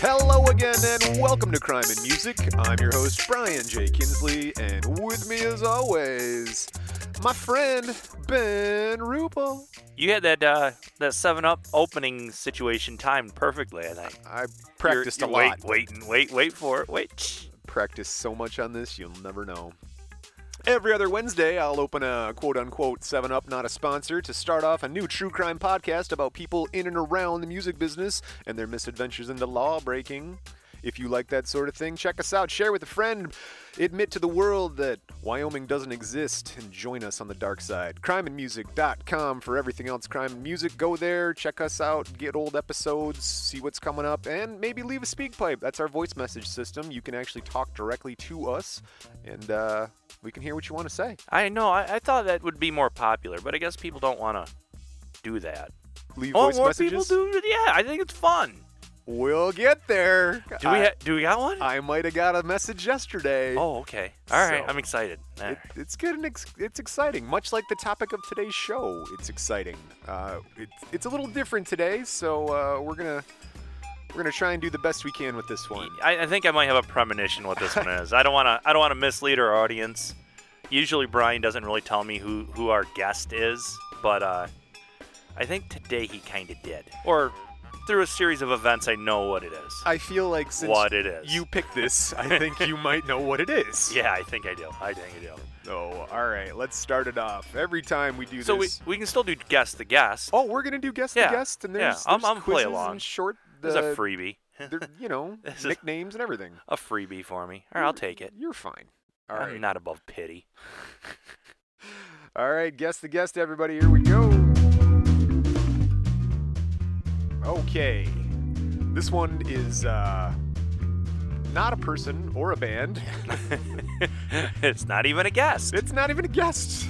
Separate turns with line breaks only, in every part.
Hello again, and welcome to Crime and Music. I'm your host, Brian J. Kinsley, and with me, as always, my friend, Ben Rupel.
You had that uh, that Seven Up opening situation timed perfectly. I think.
I practiced
You're-
a
you're
lot.
Wait, waiting, wait, wait for it. Wait.
Practiced so much on this, you'll never know. Every other Wednesday, I'll open a quote unquote 7 Up, not a sponsor, to start off a new true crime podcast about people in and around the music business and their misadventures into law breaking. If you like that sort of thing, check us out, share with a friend, admit to the world that Wyoming doesn't exist, and join us on the dark side. Crimeandmusic.com for everything else crime and music. Go there, check us out, get old episodes, see what's coming up, and maybe leave a speak pipe. That's our voice message system. You can actually talk directly to us, and uh, we can hear what you want to say.
I know. I, I thought that would be more popular, but I guess people don't want to do that.
Leave
Oh,
voice
more
messages.
people do. Yeah, I think it's fun.
We'll get there.
Do we?
I,
Ha- do we got one?
I might have got a message yesterday.
oh, okay. All right.
So-
I'm excited. All
It,
right.
it's good and ex- it's exciting, much like the topic of today's show. It's exciting. Uh, it's it's a little different today, so uh, we're gonna we're gonna try and do the best we can with this one.
I, I think I might have a premonition what this one is. I don't want to. I don't want to mislead our audience. Usually Brian doesn't really tell me who who our guest is, but uh, I think today he kind of did. Or through a series of events, I know what it is.
I feel like Uh, since
what it is.
you picked this, I think you might know what it is.
Yeah, I think I do. I think I do.
So all right, let's start it off. Every time we do
So we,
this,
we can still do guess the guest.
oh, we're gonna do guest
Yeah,
the guest, and
yeah,
there's,
I'm-
there's
I'm play
quizzes
along.
and short. The,
There's a freebie.
they're, you know,
This is-
nicknames and everything.
A freebie for me. All right, I'll take it.
You're fine. All
I'm
right.
not above pity.
All right, guess the guest, everybody. Here we go. Okay. This one is uh, not a person or a band.
it's not even a guest.
It's not even a guest.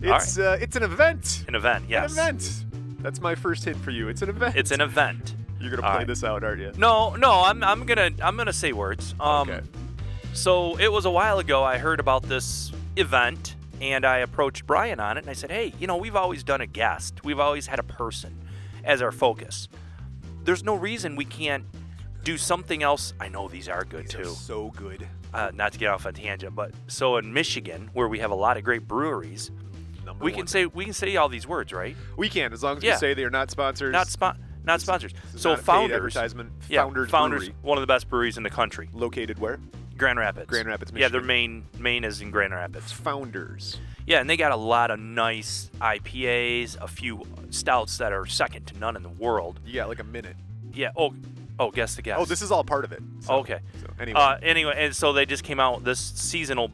right.
It's uh, it's an event.
An event, yes.
An event. That's my first hint for you. It's an event.
It's an event.
You're gonna
all
play
right.
this out, aren't you?
No, no, I'm I'm gonna I'm gonna say words. Um
Okay.
so it was a while ago I heard about this event and I approached Brian on it and I said, Hey, you know, we've always done a guest. We've always had a person as our focus. There's no reason we can't do something else. I know these are good
These are
too.
So good.
Uh, not to get off a tangent, but so in Michigan, where we have a lot of great breweries,
Number
we
one.
can say we can say all these words, right?
we can as long as
Yeah.
we say they are not sponsors.
Not spon- not sponsors.
This is
So
not a paid
founders,
advertisement.
yeah,
founders.
founders,
Brewery,
one of the best breweries in the country.
located where?
Grand Rapids.
Grand Rapids,
Yeah, their
Michigan.
main main is in Grand Rapids.
Founders.
Yeah, and they got a lot of nice IPAs, a few stouts that are second to none in the world.
You got like a minute.
Yeah. Oh, oh, guess the guess.
Oh, this is all part of it. So-
okay.
So anyway,
Uh, anyway, and so they just came out with this seasonal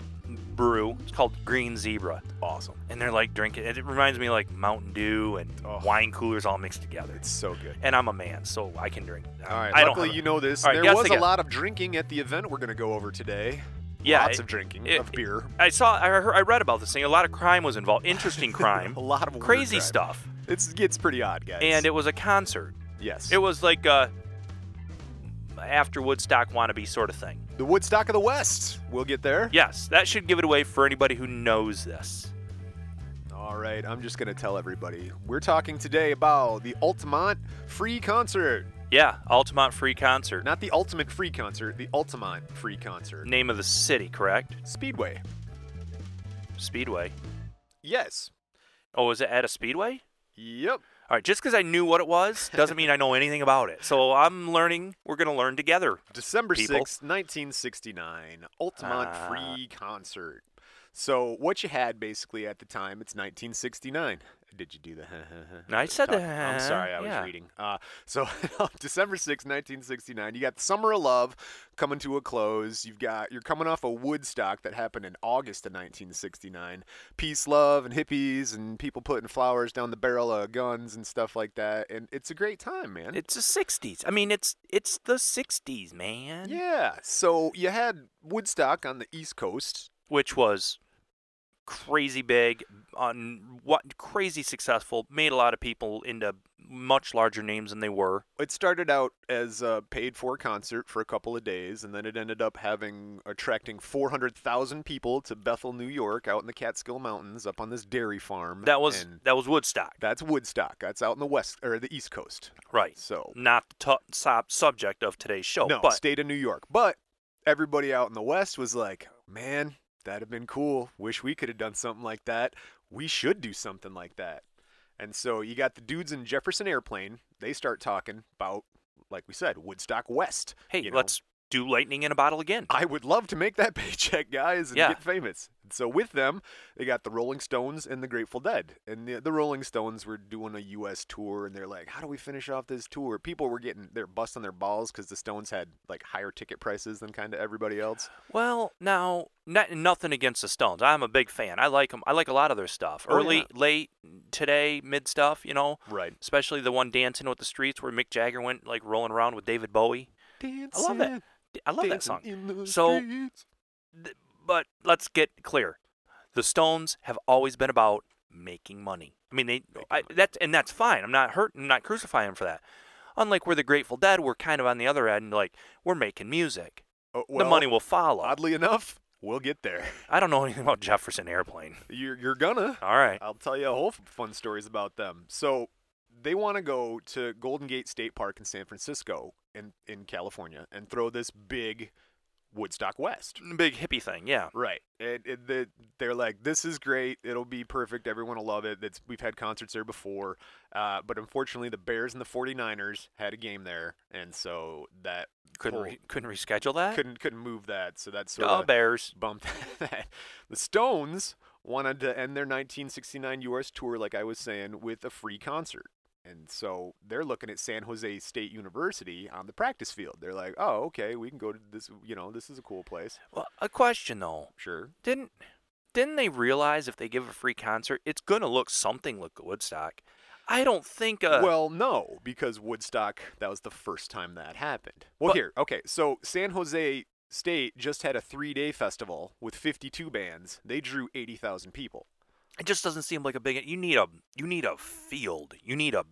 brew. It's called Green Zebra,
awesome.
and they're like drinking. It reminds me of, like Mountain Dew and
Oh.
wine coolers all mixed together.
It's so good.
and I'm a man, so I can drink.
All right.
I don't
luckily,
have a-
you know this.
All right,
there
guess
was a
again.
lot of drinking at the event we're going to go over today.
Yeah,
Lots
it-
of drinking
it-
of beer.
I saw. I heard. I read about this thing. A lot of crime was involved. Interesting crime.
a lot of weird
crazy
crime.
stuff.
It's it's pretty odd, guys.
And it was a concert.
yes,
It was like a after Woodstock wannabe sort of thing.
the Woodstock of the West. We'll get there.
Yes, that should give it away for anybody who knows this.
All right. I'm just going to tell everybody we're talking today about the Altamont Free Concert,
Yeah, Altamont Free Concert.
not the Ultimate Free Concert, the Altamont Free Concert.
Name of the city, correct?
Speedway.
Speedway.
Yes.
Oh, was it at a speedway?
Yep.
All right, just because I knew what it was doesn't mean I know anything about it. So I'm learning. We're gonna learn together.
December
people.
6th, 1969, Altamont
Ah.
Free Concert. So, what you had basically at the time, it's 1969. Did you do the?
No, I said
talk?
the
I'm sorry, I was
yeah.
reading. Uh, so, December 6th, 1969, you got the Summer of Love coming to a close. You've got you're coming off a Woodstock that happened in August of 1969. Peace, love, and hippies, and people putting flowers down the barrel of guns and stuff like that. And it's a great time, man.
It's the '60s. I mean, it's it's the '60s, man.
Yeah. So you had Woodstock on the East Coast.
which was crazy big on what crazy successful made a lot of people into much larger names than they were.
It started out as a paid for concert for a couple of days, and then it ended up having attracting 400,000 people to Bethel, New York, out in the Catskill Mountains, up on this dairy farm.
That was
And
that was Woodstock,
that's Woodstock. That's out in the west or the east coast.
right?
So
Not the top sub- subject of today's show,
no,
but
state of New York. But everybody out in the west was like, "Man, that'd have been cool. Wish we could have done something like that. We should do something like that." And so you got the dudes in Jefferson Airplane. They start talking about, like we said, Woodstock West.
hey,
you know?
let's do lightning in a bottle again.
I would love to make that paycheck, guys, and
Yeah.
get famous. And so with them, they got the Rolling Stones and the Grateful Dead. And the, the Rolling Stones were doing a U.S. tour, and they're like, "How do we finish off this tour?" People were getting they're busting their balls because the Stones had like higher ticket prices than kind of everybody else.
Well, now, not, nothing against the Stones. I'm a big fan. I like them. I like a lot of their stuff.
Oh,
Early,
yeah.
late, today, mid stuff. You know,
Right.
especially the one "Dancing with the Streets" where Mick Jagger went like rolling around with David Bowie.
Dancing,
love that. I love that
dancing
song.
in the
So-
streets.
Th- But let's get clear: the Stones have always been about making money. I mean, they I, that's and that's fine. I'm not hurt. I'm not crucifying them for that. Unlike where the Grateful Dead, we're kind of on the other end. Like we're making music.
Oh, well,
the money will follow.
Oddly enough, we'll get there.
I don't know anything about Jefferson Airplane.
You're you're gonna.
All right.
I'll tell you a whole f- fun stories about them. So they want to go to Golden Gate State Park in San Francisco in, in California and throw this big Woodstock West.
Big hippie thing. Yeah.
Right. And, and the, they're like, this is great. It'll be perfect. Everyone will love it. That's, we've had concerts there before. Uh, but unfortunately, the Bears and the 49ers had a game there. And so that
Couldn't
whole-
re- couldn't reschedule that.
couldn't, couldn't move that. So that's sort
Oh,
of
Bears.
bump that. The Stones wanted to end their 1969 U.S. tour, like I was saying, with a free concert. And so they're looking at San Jose State University on the practice field. They're like, oh, okay, we can go to this, you know, this is a cool place.
Well, a question though.
Sure.
Didn't didn't they realize if they give a free concert, it's gonna look something like Woodstock? I don't think. Uh,
well, no, because Woodstock, that was the first time that happened. Well,
But-
here, okay, so San Jose State just had a three day festival with 52 bands. They drew 80,000 people.
it just doesn't seem like a big. You need a you need a field. You need a,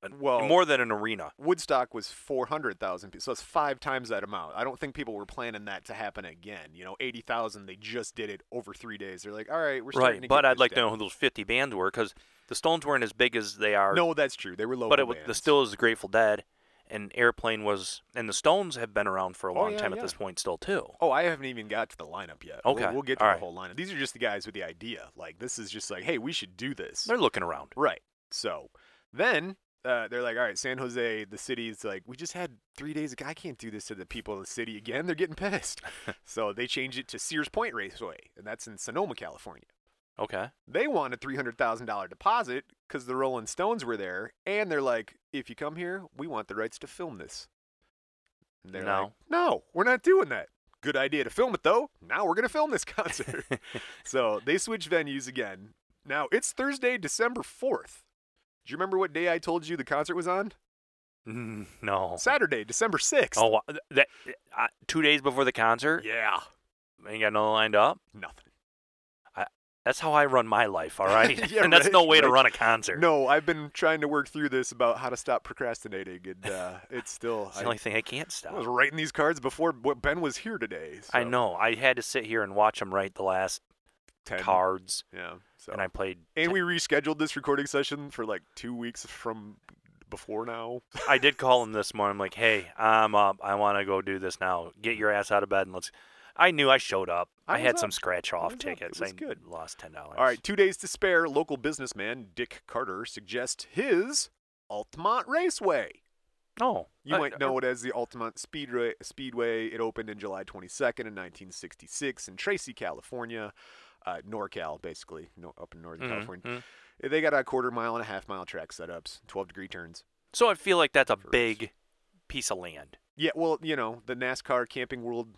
a
Well-
more than an arena.
Woodstock was 400,000 people. So it's five times that amount. I don't think people were planning that to happen again. You know, 80,000, they just did it over three days. They're like, all right, we're starting
Right.
to
But
get
I'd
this
like to
down."
know who those fifty bands were because the Stones weren't as big as they are.
No, that's true. They were local
But it was
bands.
the still is the Grateful Dead, and Airplane was, and the Stones have been around for a
Oh,
long
yeah,
time
yeah.
at this point still too.
Oh, I haven't even got to the lineup yet. We'll-
Okay,
We'll, get to
all
the
right.
whole lineup. These are just the guys with the idea. Like, this is just like, hey, we should do this.
They're looking around.
Right. So then uh, they're like, all right, San Jose, the city's like, we just had three days ago. I can't do this to the people of the city again. They're getting pissed. so they changed it to Sears Point Raceway, and that's in Sonoma, California.
Okay.
They want a $300,000 deposit because the Rolling Stones were there, and they're like, if you come here, we want the rights to film this. And they're
No.
like, no, we're not doing that. Good idea to film it, though. Now we're going to film this concert. so they switch venues again. Now it's Thursday, December 4th. Do you remember what day I told you the concert was on?
Mm, no.
Saturday, December 6th.
Oh, wow. Th- that uh, two days before the concert,
yeah.
ain't got nothing lined up.
Nothing.
That's how I run my life. All right,
Yeah,
and that's no
right,
way to
right.
run a concert.
No, I've been trying to work through this about how to stop procrastinating, and uh, it's still.
it's
I-
the only thing I can't stop.
I was writing these cards before b- Ben was here today.
I
so
know. I had to sit here and watch him write the last
10.
cards,
Yeah. So
and I played.
and we rescheduled this recording session for like two weeks from before now.
I did call him this morning. I'm like, "Hey, I'm up. I want to go do this now. Get your ass out of bed and let's." I knew I showed up.
I
I,
was
had some
up.
scratch
was
off
up. It
tickets.
was
I
good.
lost ten dollars.
All right, two days to spare. Local businessman Dick Carter suggests his Altamont Raceway.
No,
You
Uh,
might know it as the Altamont Speedway. Speedway. It opened in July 22nd in 1966 in Tracy, California, uh, NorCal, basically, no, up in Northern
mhm,
California.
mhm.
They got a quarter mile and a half mile track setups, 12 degree turns.
So I feel like that's a
First.
big piece of land.
Yeah, well, you know, the NASCAR Camping World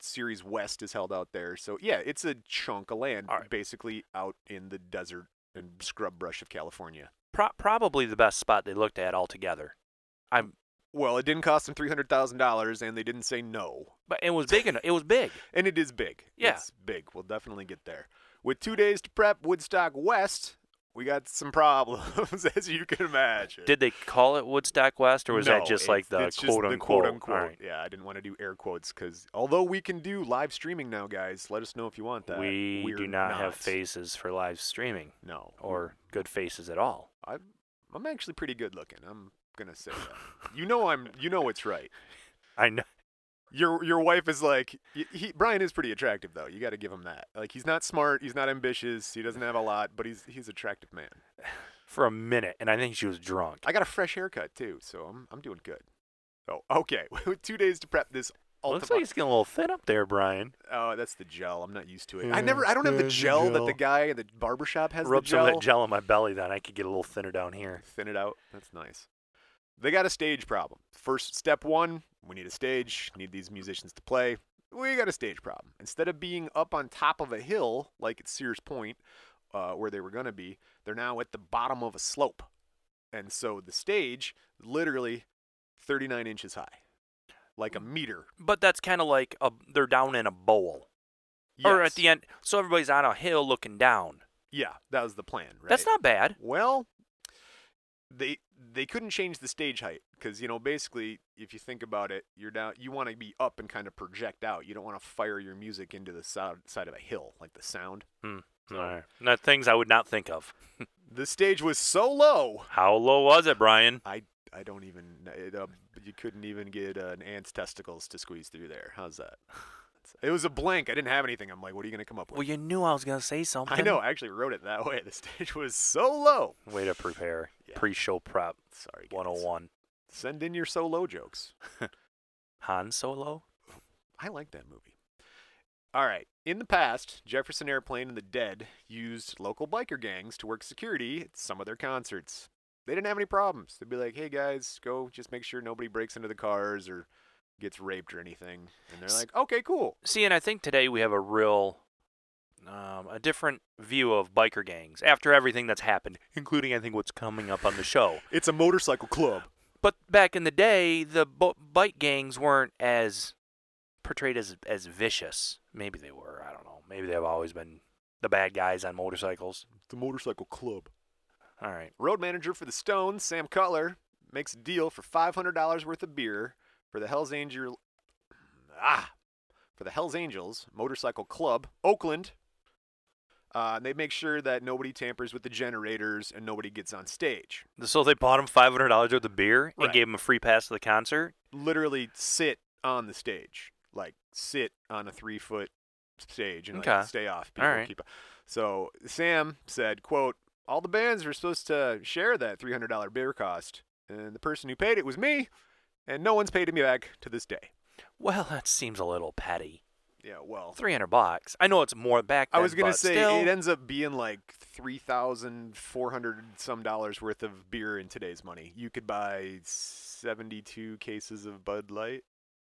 Series West is held out there. So, yeah, it's a chunk of land
All right.
basically out in the desert and scrub brush of California.
Pro- probably the best spot they looked at altogether. I'm,
Well, it didn't cost them $300,000 and they didn't say no.
but it was big. Enough, it was big.
And it is big.
Yeah.
It's big. We'll definitely get there. With two days to prep, Woodstock West we got some problems, as you can imagine.
Did they call it Woodstock West, or was
No,
that just like
it's-
the
it's just
quote
the
unquote?
unquote.
All right.
Yeah, I didn't want to do air quotes because although we can do live streaming now, guys, let us know if you want that.
We
We're
do not, have faces for live streaming
No,
or good faces at all.
I'm actually pretty good looking. I'm gonna say that. you know, I'm. You know, it's right.
I know.
Your your wife is like y- he, Brian is pretty attractive though. You got to give him that. Like he's not smart, he's not ambitious, he doesn't have a lot, but he's he's an attractive man.
For a minute, and I think she was drunk.
I got a fresh haircut too, so I'm I'm doing good. Oh, okay. With two days to prep this.
Looks like it's getting a little thin up there, Brian.
Oh, that's the gel. I'm not used to it. I
Yeah,
never. I don't have the
it's a
gel, that
gel.
the guy at the barbershop has.
Rub
the
some
gel.
of that gel on my belly, then I could get a little thinner down here.
Thin it out. That's nice. They got a stage problem. First step one, we need a stage. Need these musicians to play. We got a stage problem. Instead of being up on top of a hill like at Sears Point, uh, where they were gonna be, they're now at the bottom of a slope, and so the stage literally 39 inches high, like a meter.
But that's kind of like a, they're down in a bowl, or at
Yes.
the end, so everybody's on a hill looking down.
Yeah, that was the plan. Right.
That's not bad.
Well, they they couldn't change the stage height because you know basically if you think about it, you're down. You want to be up and kind of project out. You don't want to fire your music into the side side of a hill like the sound.
All right. Now, things I would not think of.
The stage was so low.
How low was it, Brian?
I don't even. kn- It, uh, you couldn't even get uh, an ant's testicles to squeeze through there. How's that? It was a blank. I didn't have anything. I'm like, what are you gonna come up
Well,
with?
you knew I was gonna say something.
I know. I actually wrote it that way. The stage was so low.
Way to prepare.
Yeah.
Pre-show prep
Sorry. guys.
101.
Send in your so low jokes.
Han Solo.
I like that movie. All right. In the past, Jefferson Airplane and the Dead used local biker gangs to work security at some of their concerts. They didn't have any problems. They'd be like, "Hey guys, go just make sure nobody breaks into the cars or gets raped or anything." And they're
S-
like, "Okay, cool."
See, and I think today we have a real, um, a different view of biker gangs after everything that's happened, including I think what's coming up on the show.
It's a motorcycle club.
But back in the day, the bo- bike gangs weren't as portrayed as as vicious. Maybe they were. I don't know. Maybe they've always been the bad guys on motorcycles.
It's a motorcycle club.
All right.
Road manager for the Stones, Sam Cutler, makes a deal for $500 worth of beer for the Hell's Angel ah for the Hell's Angels Motorcycle Club, Oakland. Uh, and they make sure that nobody tampers with the generators and nobody gets on stage.
So they bought him five hundred dollars worth of beer and
Right.
gave him a free pass to the concert.
Literally sit on the stage, like sit on a three foot stage and
Okay.
like stay off.
All right.
keep- So Sam said, "quote All the bands were supposed to share that three hundred dollar beer cost, and the person who paid it was me, and no one's paid me back to this day."
Well, that seems a little petty.
Yeah, well,
Three hundred bucks. I know it's more back.
I
then,
was gonna
but
say
still,
it ends up being like three thousand four hundred some dollars worth of beer in today's money. You could buy seventy two cases of Bud Light.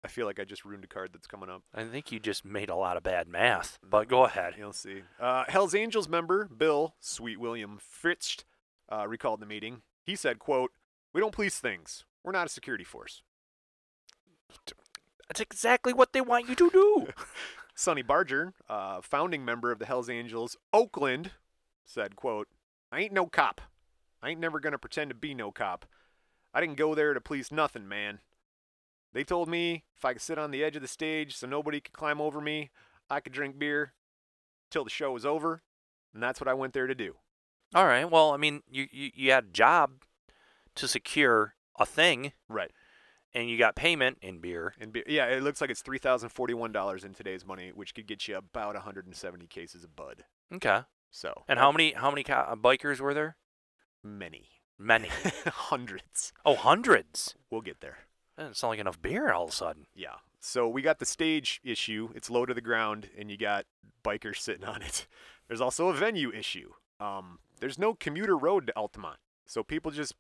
I feel like I just ruined a card that's coming up.
I think you just made a lot of bad math. But go ahead.
You'll see. Uh, Hell's Angels member Bill Sweet William Fritz uh, recalled the meeting. He said, "quote We don't police things. We're not a security force."
That's exactly what they want you to do.
Sonny Barger, uh, founding member of the Hell's Angels Oakland, said, "quote I ain't no cop. I ain't never gonna pretend to be no cop. I didn't go there to police nothing, man. They told me if I could sit on the edge of the stage so nobody could climb over me, I could drink beer till the show was over, and that's what I went there to do."
All right. Well, I mean, you, you you had a job to secure a thing,
Right.
and you got payment in beer.
And be- yeah, it looks like it's three thousand forty-one dollars in today's money, which could get you about one hundred and seventy cases of bud.
Okay.
So
And how many how many co- uh, bikers were there?
many
Many.
hundreds?
oh, hundreds.
We'll get there.
That doesn't sound like enough beer all of a sudden.
Yeah. So we got the stage issue. It's low to the ground, and you got bikers sitting on it. There's also a venue issue. Um, there's no commuter road to Altamont, so people just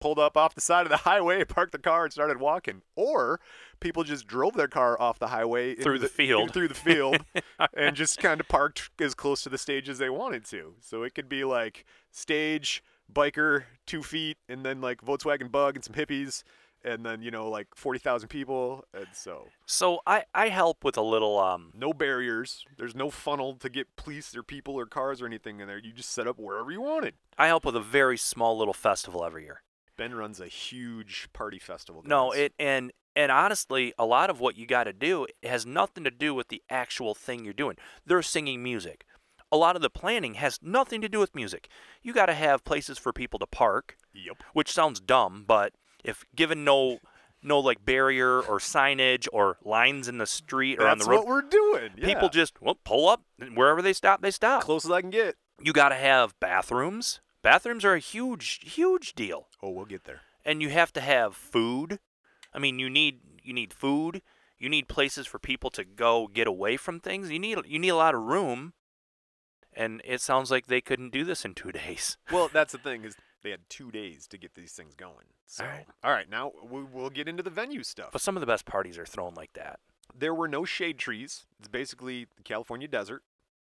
pulled up off the side of the highway, parked the car, and started walking. Or people just drove their car off the highway into
Through the field.
through the field, and just kind of parked as close to the stage as they wanted to. So it could be like stage, biker, two feet, and then like Volkswagen Bug and some hippies, and then you know like forty thousand people, and so
So I, I help with a little um
no barriers. There's no funnel to get police or people or cars or anything in there. You just set up wherever you wanted.
I help with a very small little festival every year.
Ben runs a huge party festival.
No,
guys.
it and and honestly, a lot of what you got to do has nothing to do with the actual thing you're doing. They're singing music. A lot of the planning has nothing to do with music. You got to have places for people to park,
Yep.
which sounds dumb, but if given no no like barrier or signage or lines in the street or on
That's
the road,
what we're doing.
people
yeah.
just well, pull up and wherever they stop, they stop.
close as I can get.
You got to have bathrooms. Bathrooms are a huge huge deal
Oh, we'll get there.
and you have to have food. I mean, you need you need food. You need places for people to go get away from things. You need you need a lot of room. And it sounds like they couldn't do this in two days.
Well, that's the thing is they had two days to get these things going. So, all right,
right.
now we, we'll get into the venue stuff.
But some of the best parties are thrown like that.
there were no shade trees. It's basically the California desert.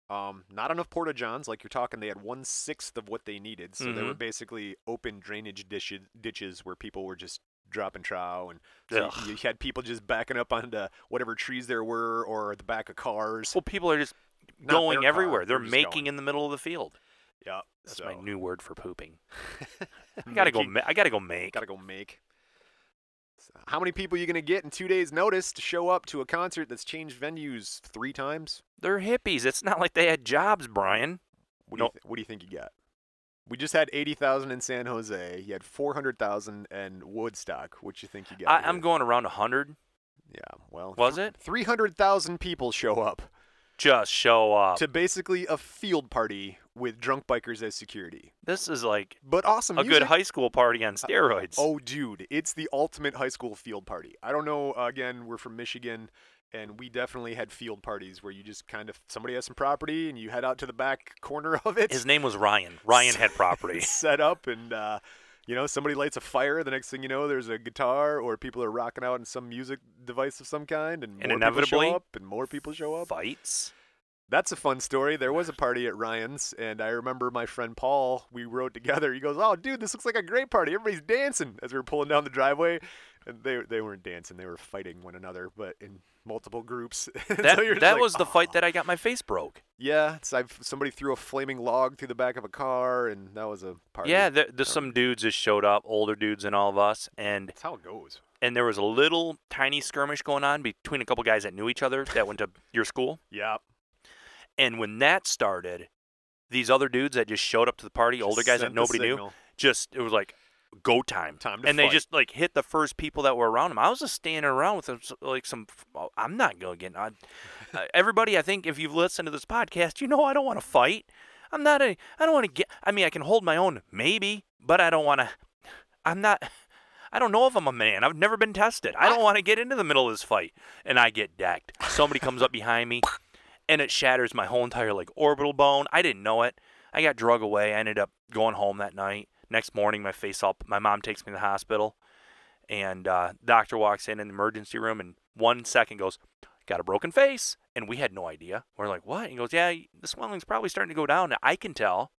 Um, not enough porta johns. Like you're talking, they had one sixth of what they needed. So they were
Mhm.
basically open drainage dishes, ditches where people were just dropping trow, and so
Ugh.
you, you had people just backing up onto whatever trees there were or the back of cars.
Well, people are just
Not their
going
car,
everywhere. They're
just
making
going.
in the middle of the field.
Yeah,
That's
so,
my new word for pooping. I gotta go.
Making-
Ma- I gotta go make.
gotta go make. So how many people you gonna get in two days' notice to show up to a concert that's changed venues three times?
They're hippies. It's not like they had jobs, Brian.
What do,
Nope.
you, th- what do you think you got? We just had 80,000 in San Jose. You had 400,000 in Woodstock. What you think you got?
I, I'm
here?
going around hundred.
Yeah, well,
Was it?
300,000 people show up
Just show up.
to basically a field party with drunk bikers as security.
this is like
But awesome
a
music.
good high school party on steroids.
Oh, dude, it's the ultimate high school field party. I don't know. uh, Again, we're from Michigan, and we definitely had field parties where you just kind of somebody has some property and you head out to the back corner of it,
His name was Ryan. Ryan had property.
set up, and uh, you know somebody lights a fire. The next thing you know, there's a guitar or people are rocking out in some music device of some kind, and, more
And
people
inevitably-
show up, and more people show up.
Fights.
That's a fun story. There was a party at Ryan's, and I remember my friend Paul. We rode together. He goes, "Oh, dude, this looks like a great party. Everybody's dancing." As we were pulling down the driveway, and they they weren't dancing. They were fighting one another, but in multiple groups. And so
That,
you're just
that
like,
was the
"Aw."
fight that I got my face broke.
Yeah, it's, I've, somebody threw a flaming log through the back of a car, and that was a party.
Yeah, there, there's some dudes that showed up, older dudes than all of us, and
that's how it goes.
and there was a little tiny skirmish going on between a couple guys that knew each other that went to your school.
Yeah,
And when that started, these other dudes that just showed up to the party, older guys that
Sent the
nobody knew,
signal.
just it was like go time.
Time to
and
fight.
they just like hit the first people that were around him. I was just standing around with them, so- like some. oh, I'm not going to get. I, uh, everybody, I think if you've listened to this podcast, you know I don't want to fight. I'm not a. I don't want to get. I mean, I can hold my own maybe, but I don't want to. I'm not. I don't know if I'm a man. I've never been tested. I don't want to get into the middle of this fight, and I get decked. Somebody comes up behind me, and it shatters my whole entire like orbital bone. I didn't know it. I got drug away. I ended up going home that night. Next morning, my face all. My mom takes me to the hospital, and uh, doctor walks in in the emergency room, and one second goes, "Got a broken face," and we had no idea. We're like, "What?" And he goes, "Yeah, the swelling's probably starting to go down. I can tell."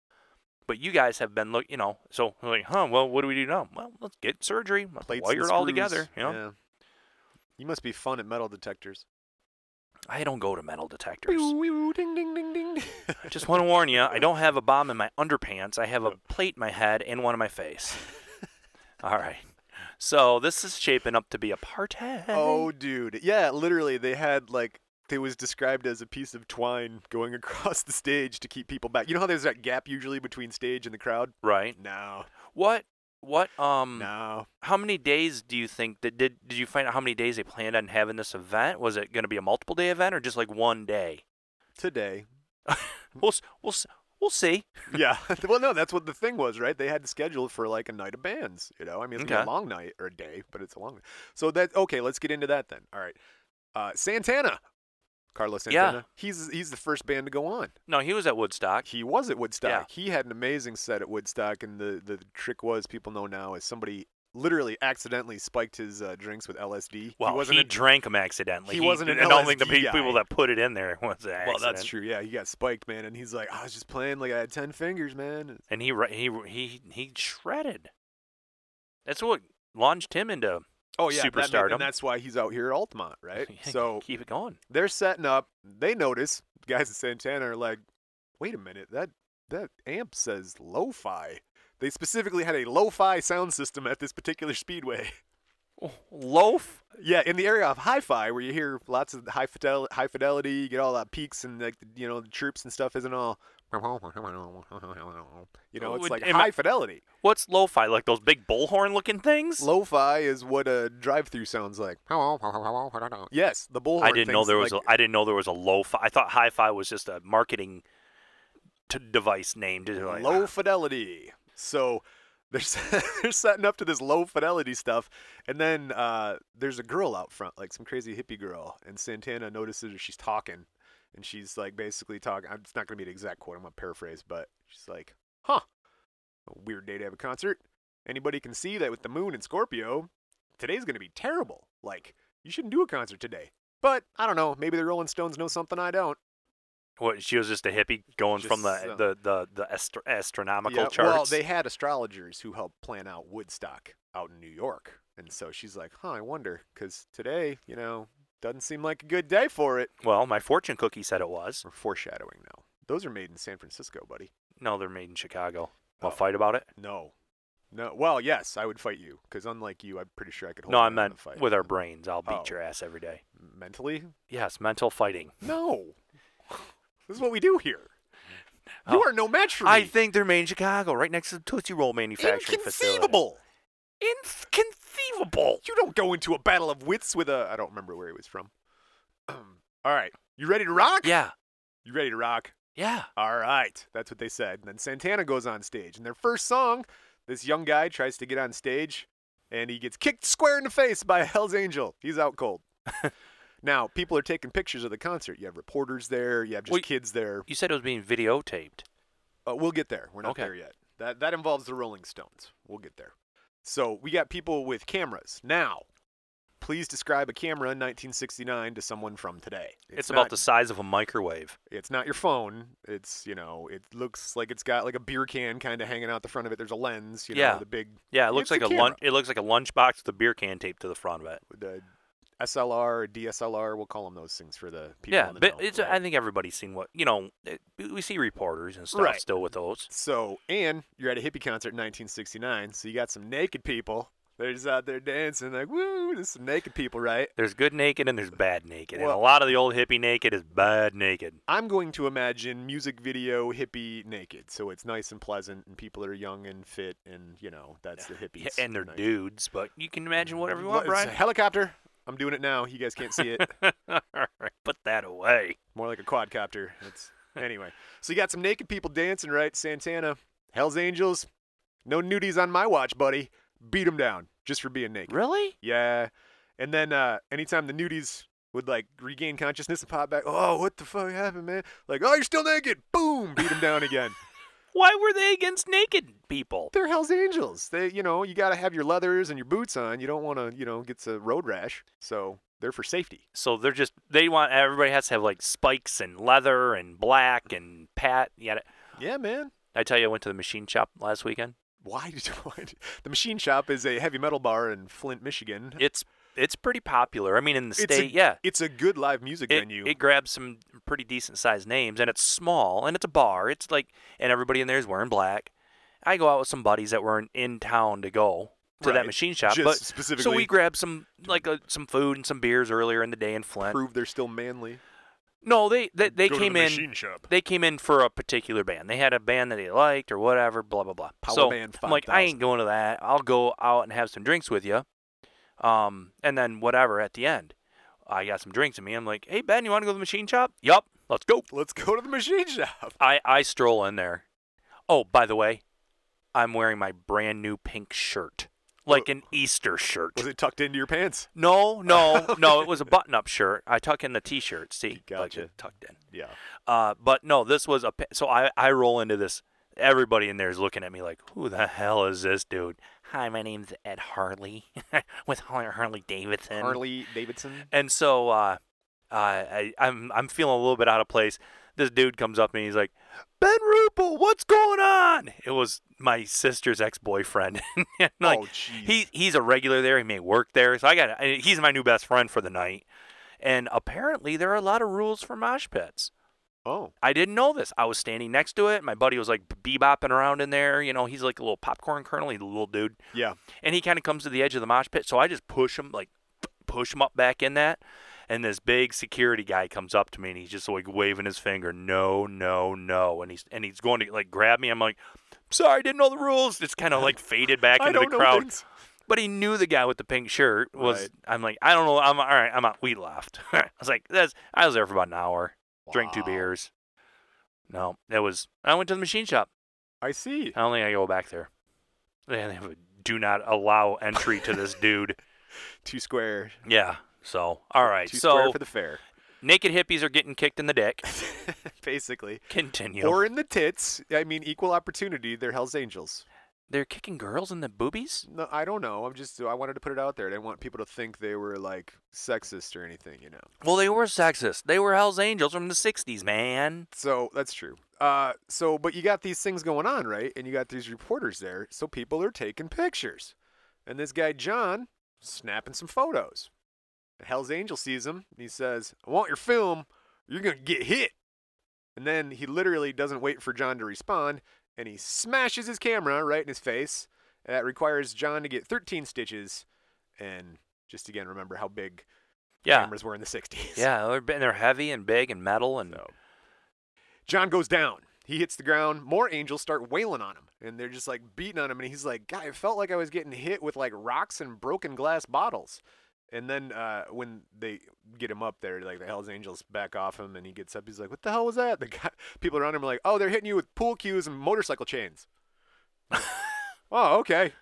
But you guys have been look, you know. So we're like, huh? Well, what do we do now? Well, let's get surgery. Let's
Plates
wire
and
it all
screws.
together. You know,
Yeah. You must be fun at metal detectors.
I don't go to metal detectors.
Wee-woo, ding, ding, ding, ding.
Just want to warn you, I don't have a bomb in my underpants. I have a plate in my head and one in my face. All right. So this is shaping up to be a party.
Oh, dude. Yeah, literally, they had like it was described as a piece of twine going across the stage to keep people back. You know how there's that gap usually between stage and the crowd?
right.
No,
What? What? Um.
no.
How many days do you think that did? Did you find out how many days they planned on having this event? Was it going to be a multiple day event or just like one day?
Today.
We'll s- we'll s- we'll see.
Yeah. well, no, that's what the thing was, right? They had scheduled for like a night of bands. You know, I mean, it's gonna be
Okay.
a long night or a day, but it's a long. So that okay, let's get into that then. All right, uh, Santana. Carlos
Yeah.
Santana. He's he's the first band to go on.
No, he was at Woodstock.
He was at Woodstock. He had an amazing set at Woodstock, and the the trick was people know now is somebody literally accidentally spiked his uh, drinks with LSD.
Well,
he
he,
wasn't. a-
drank them accidentally.
he wasn't an
I don't think the
LSD
pe- people
guy.
that put it in there was an
well, that's
accident.
true. Yeah, he got spiked, man, and he's like, I was just playing like I had ten fingers, man.
and he ri- he he he shredded. That's what launched him into
Oh yeah, that ma-
superstardom.
and that's why he's out here at Altamont, right? So
keep it going.
they're setting up. They notice guys at Santana are like, "Wait a minute, that that amp says lo-fi." They specifically had a lo-fi sound system at this particular speedway.
Loaf.
Yeah, in the area of hi-fi, where you hear lots of high fidel- high fidelity, you get all that peaks and like you know the chirps and stuff isn't all. You know, it's
Would-
like
am I-
high fidelity.
What's lo-fi? Like those big bullhorn looking things?
Lo-fi is what a drive-through sounds like. Yes, the bullhorn.
I didn't know
things,
there was.
like-
a, I didn't know there was a lo-fi. I thought hi-fi was just a marketing t- device name. To like, "Ah."
low fidelity. So they're, s- they're setting up to this low fidelity stuff. And then uh, there's a girl out front, like some crazy hippie girl. And Santana notices her, she's talking. And she's like basically talking. I'm It's not going to be the exact quote. I'm going to paraphrase. But she's like, huh, a weird day to have a concert. Anybody can see that with the moon and Scorpio, today's going to be terrible. Like, you shouldn't do a concert today. But I don't know. Maybe the Rolling Stones know something I don't.
What she was just a hippie going from the,
Just, uh,
the the the astro- astronomical
Yeah,
charts.
Well, they had astrologers who helped plan out Woodstock out in New York. And so she's like, huh, I wonder, because today, you know, doesn't seem like a good day for it.
Well, my fortune cookie said it was.
We're foreshadowing now. Those are made in San Francisco, buddy.
No, they're made in Chicago. I'll
Oh.
fight about it.
No. No. Well, yes, I would fight you, because unlike you, I'm pretty sure I could hold
No,
my
I
own in a
meant
fight.
with our brains. I'll beat
Oh.
your ass every day.
Mentally?
Yes, mental fighting.
No. this is what we do here.
Oh.
You are no match for me.
I think they're made in Chicago, right next to the Tootsie Roll manufacturing facility.
Inconceivable.
Inconceivable.
You don't go into a battle of wits with a. I don't remember where he was from. All right. You ready to rock?
Yeah,
You ready to rock?
yeah.
All right. That's what they said. And then Santana goes on stage. And their first song, this young guy tries to get on stage and he gets kicked square in the face by a Hell's Angel. He's out cold. now, people are taking pictures of the concert. You have reporters there, you have just
Wait.
kids there.
You said it was being videotaped.
Uh, we'll get there. We're not
Okay.
there yet. That, that involves the Rolling Stones. We'll get there. So we got people with cameras. Now, please describe a camera in 1969 to someone from today.
It's,
not
about the size of a microwave.
it's not your phone. It's you know, it looks like it's got like a beer can kind of hanging out the front of it. There's a lens, you
Yeah.
know, the big
Yeah, it looks
It's a
like a,
camera.
lunch. It looks like a lunchbox with a beer can taped to the front of it.
the SLR or DSLR. We'll call them those things for the people.
yeah,
in the
but
know,
it's.
right?
I think everybody's seen what you know. It, we see reporters and stuff
Right.
still with those.
so and you're at a hippie concert in 1969, so you got some naked people. They're just out there dancing like woo. There's some naked people, right?
There's good naked and there's bad naked, and
Well-
a lot of the old hippie naked is bad naked.
I'm going to imagine music video hippie naked, so it's nice and pleasant, and people are young and fit, and you know that's the hippies.
Yeah, and they're
nice.
dudes, but you can imagine whatever you
Look,
want,
it's a
Brian.
helicopter. I'm doing it now. You guys can't see it.
All right, put that away.
More like a quadcopter. It's anyway. So you got some naked people dancing, right? Santana, Hell's Angels. No nudies on my watch, buddy. Beat them down just for being naked.
Really?
Yeah. And then uh, anytime the nudies would like regain consciousness and pop back, oh, what the fuck happened, man? Like, oh, you're still naked. Boom, beat them down again.
Why were they against naked people?
They're Hell's Angels. They, you know, you gotta have your leathers and your boots on. You don't want to, you know, get a road rash. So they're for safety.
So they're just they want everybody has to have like spikes and leather and black and pat. Yeah,
Yeah, man.
I tell you, I went to the machine shop last weekend.
Why did, why did the Machine Shop is a heavy metal bar in Flint, Michigan.
It's it's pretty popular. I mean, in the
It's a
state, yeah,
It's a good live music
it,
venue.
it grabs some pretty decent sized names, and it's small, and it's a bar. It's like, and everybody in there is wearing black. I go out with some buddies that weren't in town to go to
Right.
that machine shop,
Just
but so
specifically
we grabbed some like uh, some food and some beers earlier in the day in Flint.
prove they're still manly.
No, they they, they
Go to
came
the
in.
Machine Shop.
They came in for a particular band. They had a band that they liked or whatever, blah blah blah.
Power
so
Band
I'm like, I
5000.
ain't going to that. I'll go out and have some drinks with you, um, and then whatever at the end. I got some drinks in me. I'm like, hey Ben, you want to go to the machine shop? Yup, let's go.
Let's go to the Machine Shop.
I I stroll in there. Oh, by the way, I'm wearing my brand new pink shirt, like an Easter shirt.
Was it tucked into your pants?
No, no, no. It was a button-up shirt. I tuck in the t-shirt. See, like
Gotcha.
it tucked in.
Yeah.
Uh, but no, this was a pa- so I I roll into this. Everybody in there is looking at me like, who the hell is this dude? Hi, my name's Ed Harley with Har- Harley Davidson.
Harley Davidson.
And so uh, I, I I'm I'm feeling a little bit out of place. This dude comes up and he's like, Ben Rupel, what's going on? It was my sister's ex boyfriend. like,
oh, jeez.
he he's a regular there. He may work there, so I got he's my new best friend for the night. And apparently, there are a lot of rules for mosh pits.
oh,
I didn't know this. I was standing next to it. My buddy was like bebopping around in there. You know, he's like a little popcorn kernel. He's a little dude,
yeah.
and he kind of comes to the edge of the mosh pit. So I just push him, like push him up back in that. And this big security guy comes up to me, and he's just like waving his finger, no, no, no, and he's and he's going to like grab me. I'm like, sorry, didn't know the rules. It's kind of like faded back
I
into the
don't know
crowd.
things.
But he knew the guy with the pink shirt was.
Right.
I'm like, I don't know. I'm all right. I'm out. We left. I was like, that's. I was there for about an hour. Drank two
Wow.
beers. No, that was. I went to the machine shop.
I see.
I don't think I go back there. They have a do not allow entry to this dude.
Two square.
Yeah. So all right.
Two
so
square for the fair.
naked hippies are getting kicked in the dick.
Basically.
Continue.
Or in the tits. I mean, equal opportunity. They're Hell's Angels.
They're kicking girls in the boobies.
No, I don't know. I'm just. I wanted to put it out there. I didn't want people to think they were like sexist or anything. You know.
Well, they were sexist. They were Hell's Angels from the '60s, man.
So that's true. Uh, so but you got these things going on, right? And you got these reporters there, so people are taking pictures. And this guy John snapping some photos. The Hell's Angel sees him and he says, "I want your film. You're gonna get hit." And then he literally doesn't wait for John to respond, and he smashes his camera right in his face. And that requires John to get 13 stitches. And just again, remember how big
Yeah.
cameras were in the 60s.
Yeah, they're been they're heavy and big and metal and
So John goes down. He hits the ground. More angels start wailing on him, and they're just like beating on him. And he's like, "God, it felt like I was getting hit with like rocks and broken glass bottles." And then uh, when they get him up there, like the Hell's Angels back off him, and he gets up. He's like, "What the hell was that?" The guy, people around him are like, "Oh, they're hitting you with pool cues and motorcycle chains." oh, okay.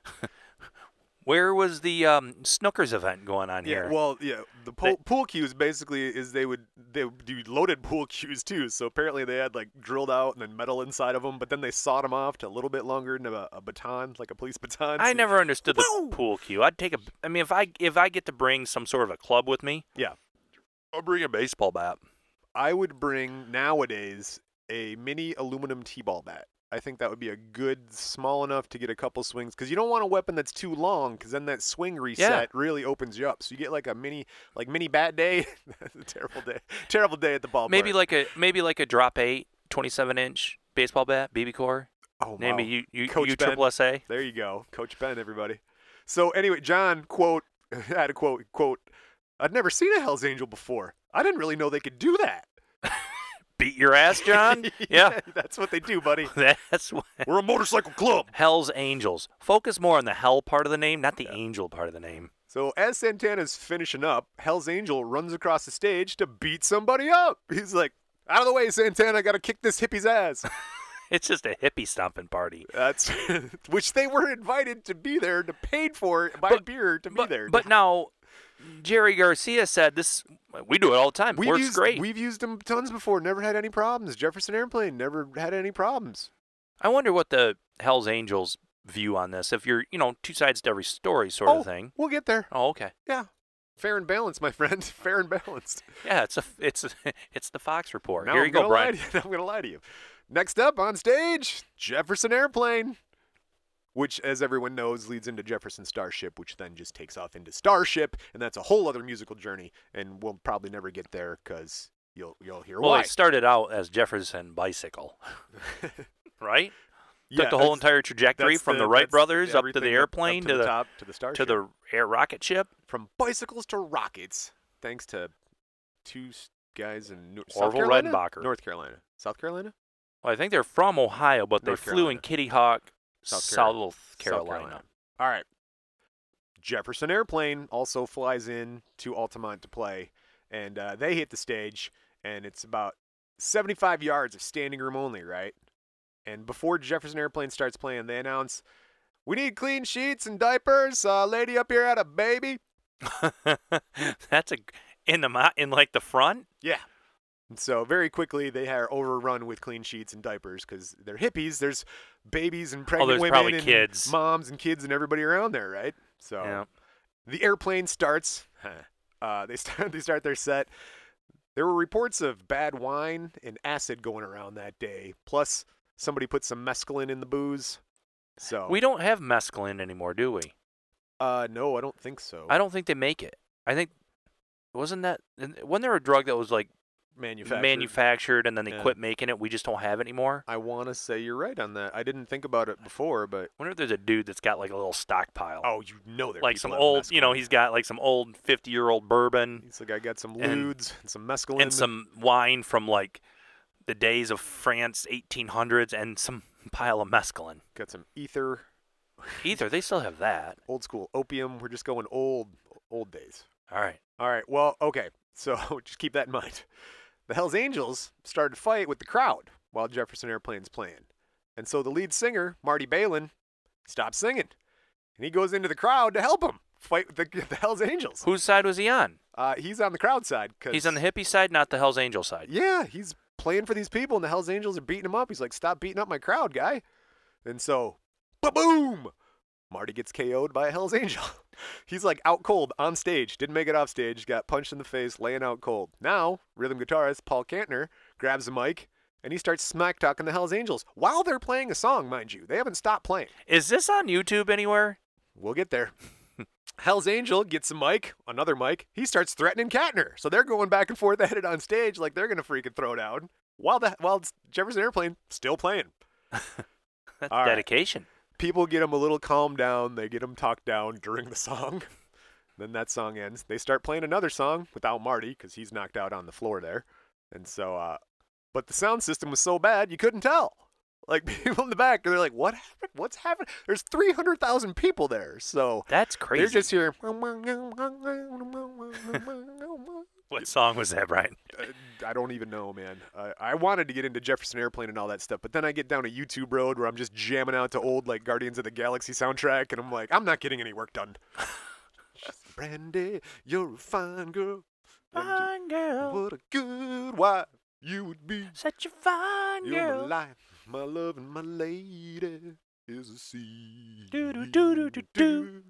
where was the um, snookers event going on
Yeah.
here?
Well, yeah. The pool, pool cues basically is they would they would do loaded pool cues too. So apparently they had like drilled out and then metal inside of them, but then they sawed them off to a little bit longer than a, a baton, like a police baton.
I
So-
never understood the
Woo!
pool cue. I'd take a. I mean, if I if I get to bring some sort of a club with me,
Yeah.
I'll bring a baseball bat.
I would bring nowadays a mini aluminum t-ball bat. I think that would be a good small enough to get a couple swings because you don't want a weapon that's too long because then that swing reset really opens you up. So you get like a mini like mini bat day. That's a terrible day. Terrible day at the ballpark.
Maybe like a maybe like a drop eight, 27 inch baseball bat, BB core.
oh,
Name
wow.
it you you
Coach
you
Ben.
triple SA.
There you go, Coach Ben, everybody. So anyway, John quote had a quote quote. I'd never seen a Hell's Angel before. I didn't really know they could do that.
Beat your ass, John. yeah,
that's what they do, buddy.
that's what.
We're a motorcycle club.
Hell's Angels. Focus more on the hell part of the name, not the angel part of the name.
So as Santana's finishing up, Hell's Angel runs across the stage to beat somebody up. He's like, "Out of the way, Santana! I gotta kick this hippie's ass."
It's just a hippie stomping party.
That's which they were invited to be there, to paid for by
But-
beer to
but,
be there.
But now, Jerry Garcia said this. We do it all the time.
We've
Works
used,
great.
We've used them tons before. Never had any problems. Jefferson Airplane never had any problems.
I wonder what the Hell's Angels view on this. If you're, you know, two sides to every story sort
Oh,
of thing.
We'll get there.
Oh, okay.
Yeah. Fair and balanced, my friend. Fair and balanced.
Yeah, it's a, it's, a, it's the Fox report.
Now
Here
I'm
you go,
gonna lie
Brian.
to you- I'm going to lie to you. Next up on stage, Jefferson Airplane, which, as everyone knows, leads into Jefferson Starship, which then just takes off into Starship, and that's a whole other musical journey, and we'll probably never get there because you'll you'll hear
Well,
why.
it started out as Jefferson Bicycle, right?
Yeah,
Took the whole
that's-
entire trajectory
that's
from the,
the-
Wright
that's
brothers up to
everything
the airplane
up to, the, top to the
to
Starship
the air rocket ship.
from bicycles to rockets, thanks to two s- guys in Nor- South
Orville
Carolina?
Redenbacher.
North Carolina, South Carolina,
Well, I think they're from Ohio, but they
North
flew in
Carolina.
Kitty Hawk,
South Carolina.
South Carolina.
All right. Jefferson Airplane also flies in to Altamont to play, and uh, they hit the stage, and it's about 75 yards of standing room only, right? And before Jefferson Airplane starts playing, they announce, "We need clean sheets and diapers. A lady up here had a baby."
That's a in the mo- in like the front.
Yeah. And so very quickly they are overrun with clean sheets and diapers because they're hippies. There's babies and pregnant
there's
women
probably
and
kids.
moms and kids and everybody around there, right? So
Yeah.
the airplane starts. Uh, they start. They start their set. There were reports of bad wine and acid going around that day. Plus, somebody put some mescaline in the booze. So
We don't have mescaline anymore, do we?
uh, no, I don't think so.
I don't think they make it. I think wasn't that wasn't there a drug that was like
manufactured.
manufactured, and then they
Yeah.
quit making it? We just don't have it anymore.
I want to say you're right on that. I didn't think about it before, but
wonder if there's a dude that's got like a little stockpile,
oh, you know there. are
like
people
some
that have
old, you know,
mescaline.
he's got like some old fifty-year-old bourbon
He's like, I got some
and-
lewds and, some mescaline
and some wine from like the days of France, eighteen hundreds, and some pile of mescaline.
Got some ether,
Either they still have that.
old school opium. We're just going old, old days.
All right.
All right. Well, okay. So just keep that in mind. The Hells Angels started to fight with the crowd while Jefferson Airplane's playing. And so the lead singer, Marty Balin, stops singing. And he goes into the crowd to help him fight with the, the Hells Angels.
Whose side was he on?
Uh, he's on the crowd side. 'cause-
He's on the hippie side, not the Hell's Angel side.
Yeah, he's playing for these people, and the Hells Angels are beating him up. He's like, stop beating up my crowd, guy. And so, ba boom! Marty gets KO'd by a Hells Angel. He's like out cold on stage, didn't make it off stage, got punched in the face, laying out cold. Now, rhythm guitarist Paul Kantner grabs a mic and he starts smack talking the Hells Angels while they're playing a song, mind you. They haven't stopped playing.
Is this on YouTube anywhere?
We'll get there. Hell's Angel gets a mic, another mic. He starts threatening Katner. So they're going back and forth at it on stage like they're going to freaking throw down while the while it's Jefferson Airplane still playing.
That's
All right.
dedication.
People get him a little calmed down. They get him talked down during the song. then that song ends. They start playing another song without Marty because he's knocked out on the floor there. And so, uh, but the sound system was so bad you couldn't tell. Like people in the back, they're like, "What happened? What's happened?" There's 300,000 people there, so
That's crazy.
They're just here. Uh,
what song was that, Brian?
I don't even know, man. I, I wanted to get into Jefferson Airplane and all that stuff, but then I get down a YouTube road where I'm just jamming out to old like Guardians of the Galaxy soundtrack, and I'm like, I'm not getting any work done. She's Brandy, you're a fine girl. And
Fine girl,
what a good wife you would be.
such a fine
You're my
girl.
life, my love, and my lady is a sea.
Doo-doo-doo-doo-doo-doo.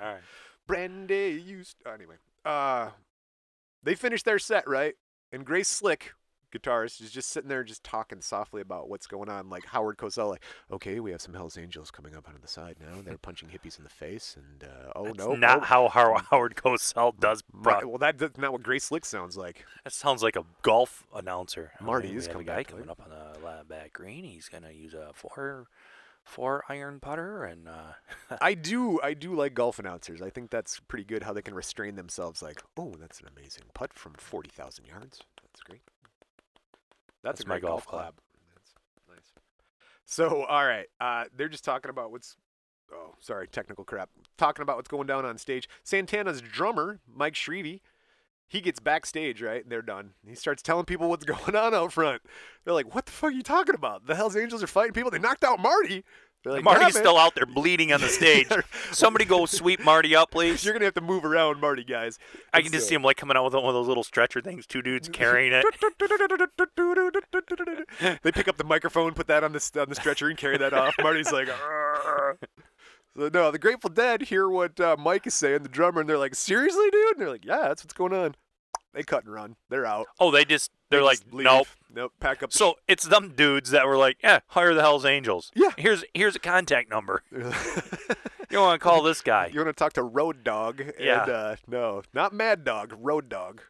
All right.
Brandy used. oh, anyway, uh, they finished their set right, and Grace Slick, guitarist, is just sitting there just talking softly about what's going on. Like Howard Cosell, like, okay, we have some Hell's Angels coming up on the side now. They're punching hippies in the face, and uh, oh
That's
no,
not
oh,
how Har- Howard Cosell does.
Mar-
Bro.
well, that, that's not what Grace Slick sounds like.
That sounds like a golf announcer. Oh,
Marty
man,
is
we have
coming
a guy
back to
coming up on the la- back green. He's gonna use a four, four iron putter, and uh,
I do, I do like golf announcers. I think that's pretty good how they can restrain themselves. Like, oh, that's an amazing putt from forty thousand yards. That's great. That's, a
That's my
great golf
golf
club. That's nice. So, all right, uh, they're just talking about what's. Oh, sorry, technical crap. Talking about what's going down on stage. Santana's drummer, Mike Shrevey, he gets backstage, right? And they're done. He starts telling people what's going on out front. They're like, "What the fuck are you talking about? The Hell's Angels are fighting people. They knocked out Marty." They're like,
Marty's
"Yeah, man."
still out there bleeding on the stage. Somebody go sweep Marty up, please.
You're gonna have to move around, Marty, guys.
I can just see him like coming out with one of those little stretcher things. Two dudes carrying it.
him. they pick up the microphone, put that on the on the stretcher, and carry that off. Marty's like, "Arr." so no. The Grateful Dead hear what uh, Mike is saying, the drummer, and they're like, seriously, dude? And they're like, yeah, that's what's going on. They cut and run. They're out.
Oh, they just they're
They
like,
just leave.
nope.
nope. Pack up.
So it's them dudes that were like, yeah, hire the Hell's Angels.
Yeah.
Here's here's a contact number.
you
You want to call this guy?
want to talk to Road Dog? And,
Yeah.
Uh, no, not Mad Dog. Road Dog.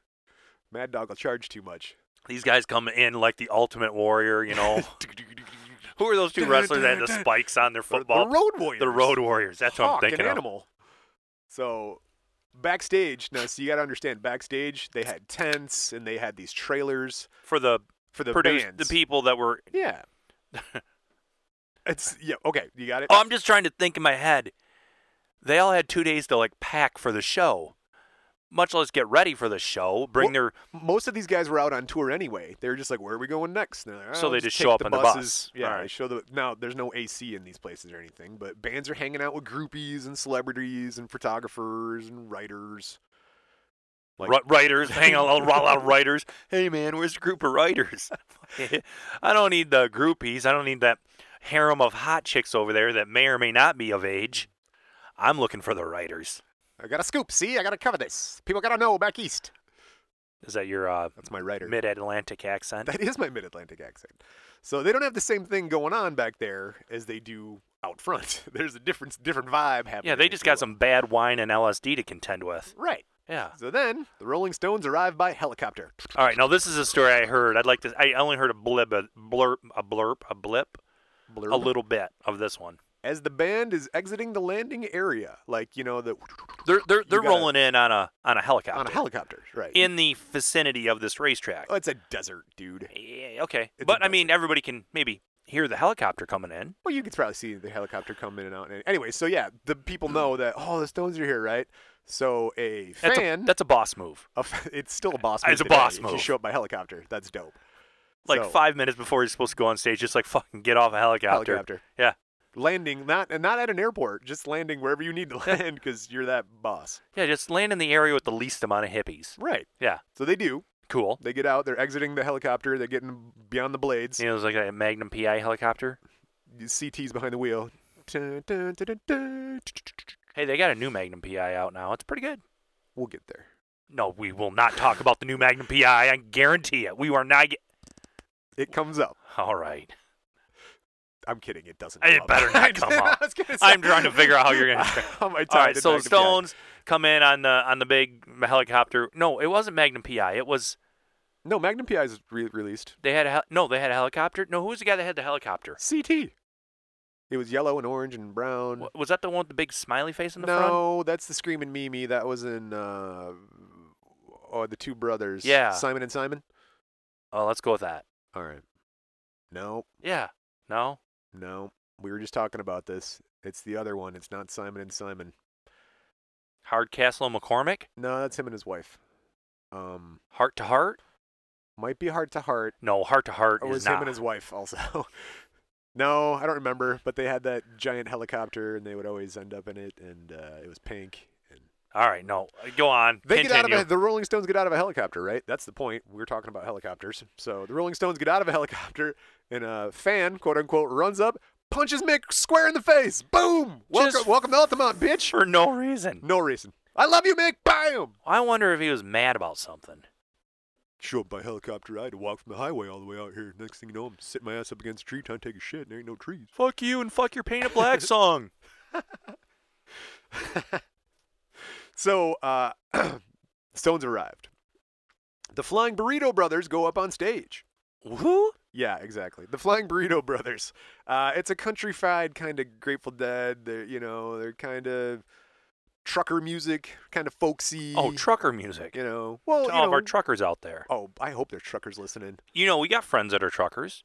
Mad Dog will charge too much.
These guys come in like the Ultimate Warrior. You know, who are those two wrestlers that had the spikes on their
The-
football?
The Road Warriors.
The Road Warriors. That's what I'm
Hawk, an
thinking of.
animal. So backstage, now so you got to understand backstage they had tents and they had these trailers
For the
for the
produce, the
bands.
people that were.
yeah. it's yeah, okay, you got it.
Oh, I'm just trying to think in my head. They all had two days to like pack for the show, much less get ready for the show. Bring
Well,
their
Most of these guys were out on tour anyway. They were just like, "Where are we going next?" And they're like,
So
"Oh,
they just
take
show up
the
on the bus."
buses. Yeah,
All
they
right.
show the now. There's no AC in these places or anything, but bands are hanging out with groupies and celebrities and photographers and writers. Like-
Ri- writers, hang on, a lot of writers. Hey man, where's the group of writers? I don't need the groupies. I don't need that harem of hot chicks over there that may or may not be of age. I'm looking for the writers.
I got a scoop. See, I got to cover this. People got to know back east.
Is that your uh,
That's my writer.
mid Atlantic accent?
That is my mid Atlantic accent. So they don't have the same thing going on back there as they do out front. There's a difference, different vibe happening.
Yeah, they
if
just
you
got
will.
some bad wine and LSD to contend with.
Right.
Yeah.
So then the Rolling Stones arrive by helicopter.
All right, now this is a story I heard. I'd like to. I only heard a blib, a blurp, a blurp, a blip,
Blurb.
a little bit of this one.
As the band is exiting the landing area, like, you know, the
They're they're they're
gotta-
rolling in on a on a helicopter
on a helicopter. Right.
in the vicinity of this racetrack.
oh, it's a desert, dude.
Yeah, okay,
It's a
but I mean everybody can maybe hear the helicopter coming in.
Well, you could probably see the helicopter come in and out. Anyway, so yeah, the people know that, oh, the Stones are here, right? So a
That's
fan.
a, that's a boss move.
a f- it's still a boss
It's
move.
a
today
boss
if You
move.
show up by helicopter. That's dope.
Like
So-
five minutes before he's supposed to go on stage, just like fucking get off a helicopter.
helicopter.
Yeah,
landing not and not at an airport just landing wherever you need to land because you're that boss
yeah, just land in the area with the least amount of hippies.
right
Yeah,
so they do
cool.
they get out they're exiting the helicopter they're getting beyond the blades
You know, it was like a Magnum PI helicopter.
You see ct's behind the wheel Dun, dun, dun, dun, dun.
Hey, they got a new Magnum PI out now. It's pretty good.
we'll get there
No, we will not talk about the new Magnum PI. I guarantee it. We are not. Ge-
it comes up
All right.
i'm kidding it doesn't
It
come up.
better not
I
come
did- I
up.
was gonna say-
I'm trying to figure out how you're gonna-
How am I
All
tied
right.
to
So
Magnum PI?
Stones come in on the on the big helicopter. No, it wasn't Magnum PI. It was
no magnum pi is re- released
they had a hel- no they had a helicopter. No, who was the guy that had the helicopter?
ct it was yellow and orange and brown
Wa- Was that the one with the big smiley face in the front?
no, that's the Screaming Mimi. That was in uh, oh, the two brothers.
Yeah.
Simon and Simon.
Oh, let's go with that.
All right. No,
Yeah. No.
no. We were just talking about this. It's the other one. It's not Simon and Simon.
Hardcastle and McCormick.
No, that's him and his wife. Um,
Heart to heart.
might be heart to heart.
No, heart to heart
Or
is
was
not.
Oh, him and his wife also? no, I don't remember. But they had that giant helicopter, and they would always end up in it, and uh, it was pink. And
All right. No. Go on.
They
Continue.
get out of a, the Rolling Stones get out of a helicopter, right? That's the point. We're talking about helicopters. So the Rolling Stones get out of a helicopter, and a fan, quote unquote, runs up, punches Mick square in the face. Boom! Welcome,
Just-
welcome to Altamont, bitch.
for no reason.
No reason. I love you, Mick. Bam!
I wonder if he was mad about something.
Show up by helicopter. I had to walk from the highway all the way out here. Next thing you know, I'm sitting my ass up against a tree trying to take a shit. And there ain't no trees.
Fuck you and fuck your painted black song.
So uh, Stones arrived. The Flying Burrito Brothers go up on stage.
Who?
Yeah, exactly. The Flying Burrito Brothers. Uh, it's a country fried kind of Grateful Dead. They're you know they're kind of trucker music, kind of folksy.
Oh, trucker music.
you know. Well,
To
you
all of
know-
our truckers out there.
oh, I hope there's truckers listening.
You know, we got friends that are truckers.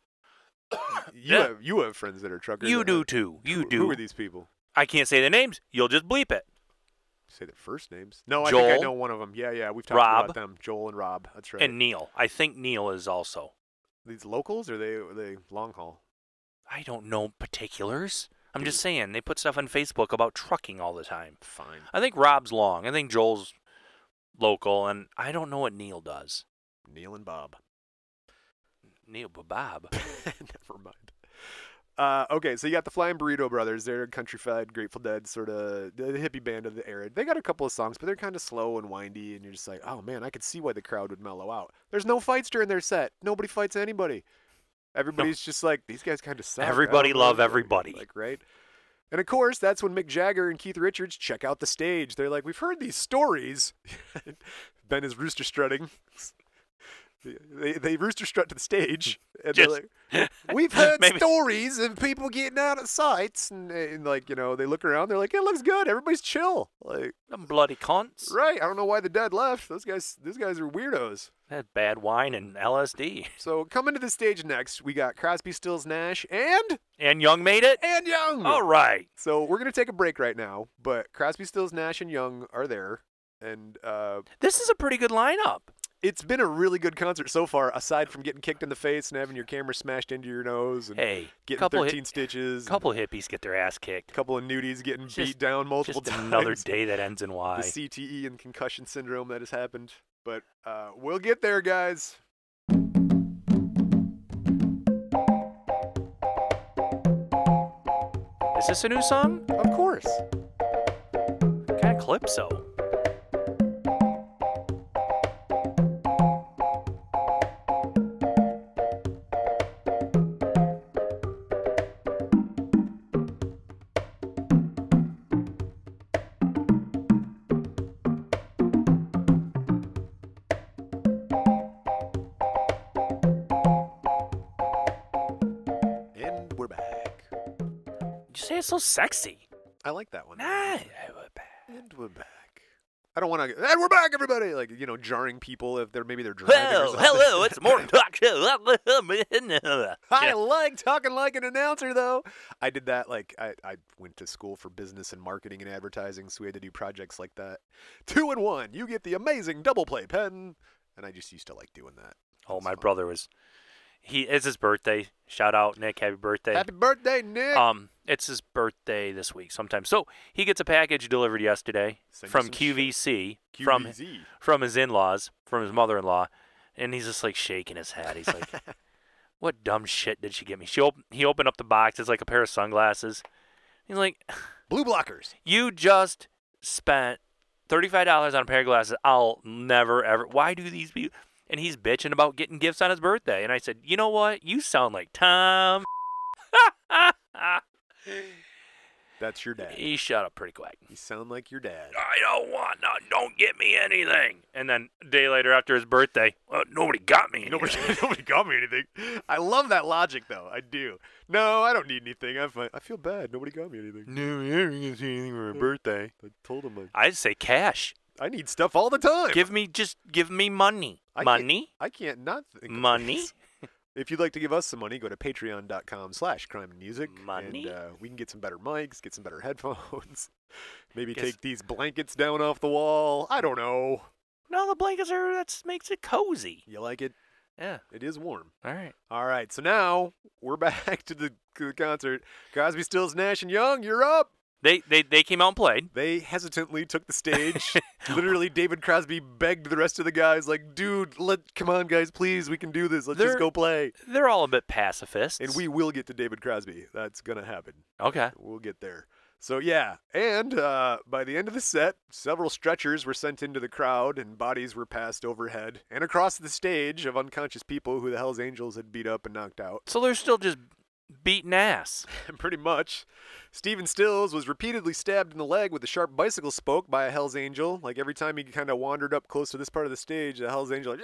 You
Ah, Yeah.
have you have friends that are truckers.
You
that
do
are-
too. You
who- Who
do.
are these people?
I can't say the names. You'll just bleep it.
Say their first names. No, I think I
Joel.
know one of them. Yeah, yeah, we've talked
Rob.
about them. Joel and Rob. That's right.
And Neil. I think Neil is also.
these locals or they are they long haul?
I don't know particulars. I'm
Mm.
just saying they put stuff on Facebook about trucking all the time.
Fine.
I think Rob's long. I think Joel's local, and I don't know what Neil does.
Neil and Bob.
Neil Bob.
Never mind. Uh, okay, so you got the Flying Burrito Brothers. They're a countryfied, Grateful Dead sort of the hippie band of the era. They got a couple of songs, but they're kind of slow and windy, and you're just like, oh man, I could see why the crowd would mellow out. There's no fights during their set. Nobody fights anybody. Everybody's just like, these guys kind of suck. I
Everybody
don't know
love
if they're-"
everybody.
Like, right? And of course, that's when Mick Jagger and Keith Richards check out the stage. They're like, we've heard these stories. ben is rooster strutting. They, they rooster strut to the stage. And they're
Just-
like, We've heard
Maybe-
stories of people getting out of sights, and, and like you know, they look around, they're like, "It looks good. Everybody's chill." Like,
Them bloody cunts.
right? I don't know why the dead left. Those guys, those guys are weirdos.
That bad wine and LSD.
So coming to the stage next, we got Crosby, Stills, Nash, and
And Young made it?
and Young.
All right.
So we're gonna take a break right now, but Crosby, Stills, Nash, and Young are there, and uh,
This is a pretty good lineup.
it's been a really good concert so far. Aside from getting kicked in the face and having your camera smashed into your nose and
Hey,
getting
couple hi-
thirteen stitches, and
couple hippies get their ass kicked.
couple of nudies getting
Just-
beat down multiple
Just
times.
another day that ends in
the
Y.
CTE E and concussion syndrome that has happened. But uh, we'll get there, guys.
Is this a new song?
Of course.
Kind of Calypso. it's so sexy.
I like that one.
Nah.
And we're back. I don't want to. And we're back, everybody. Like you know, jarring people if they're maybe they're driving. or something.
it's Morning Talk Show.
I like talking like an announcer, though. I did that. Like I, I went to school for business and marketing and advertising, so we had to do projects like that. Two and one, you get the amazing double play pen, and I just used to like doing that.
Oh, my brother was. He it's his birthday. Shout out Nick, happy birthday.
Happy birthday, Nick!
um, it's his birthday this week sometime. So he gets a package delivered yesterday
Send you
from
some shit.
QVC from
QVZ.
from his in-laws, from his mother-in-law, and he's just like shaking his head. He's like, "What dumb shit did she get me?" She op- he opened up the box. It's like a pair of sunglasses. He's like,
blue blockers.
"You just spent thirty-five dollars on a pair of glasses. I'll never ever. Why do these people?" And he's bitching about getting gifts on his birthday. And I said, "You know what? You sound like Tom."
That's your dad.
he shut up pretty quick.
You sound like your dad.
I don't want none. Don't get me anything. And then a day later after his birthday, well, nobody got me.
Nobody,
anything.
nobody got me anything. I love that logic, though. I do. No, I don't need anything. I, fi- I feel bad. Nobody got me anything.
No, I didn't get anything for my birthday.
I told him
I'd say cash.
I, I need stuff all the time.
Give me just give me money.
I can't-
money?
I can't not think of
Money?
things. If you'd like to give us some money, go to patreon.com slash crime and music.
Money?
And uh, we can get some better mics, get some better headphones. Maybe
Guess-
take these blankets down off the wall. I don't know.
No, the blankets are that makes it cozy.
You like it?
Yeah.
It is warm.
All right.
All right, so now we're back to the, to the concert. Cosby, Stills, Nash, and Young, you're up.
They they they came out and played.
They hesitantly took the stage. Literally, David Crosby begged the rest of the guys, like, dude, let come on, guys, please, we can do this. Let's
They're-
just go play.
They're all a bit pacifists.
And we will get to David Crosby. That's gonna happen.
Okay.
We'll get there. So yeah, and uh, by the end of the set, several stretchers were sent into the crowd, and bodies were passed overhead and across the stage of unconscious people who the Hell's Angels had beat up and knocked out.
So they're still just beating ass.
Pretty much. Steven Stills was repeatedly stabbed in the leg with a sharp bicycle spoke by a Hell's Angel. Like every time he kind of wandered up close to this part of the stage, the Hell's Angel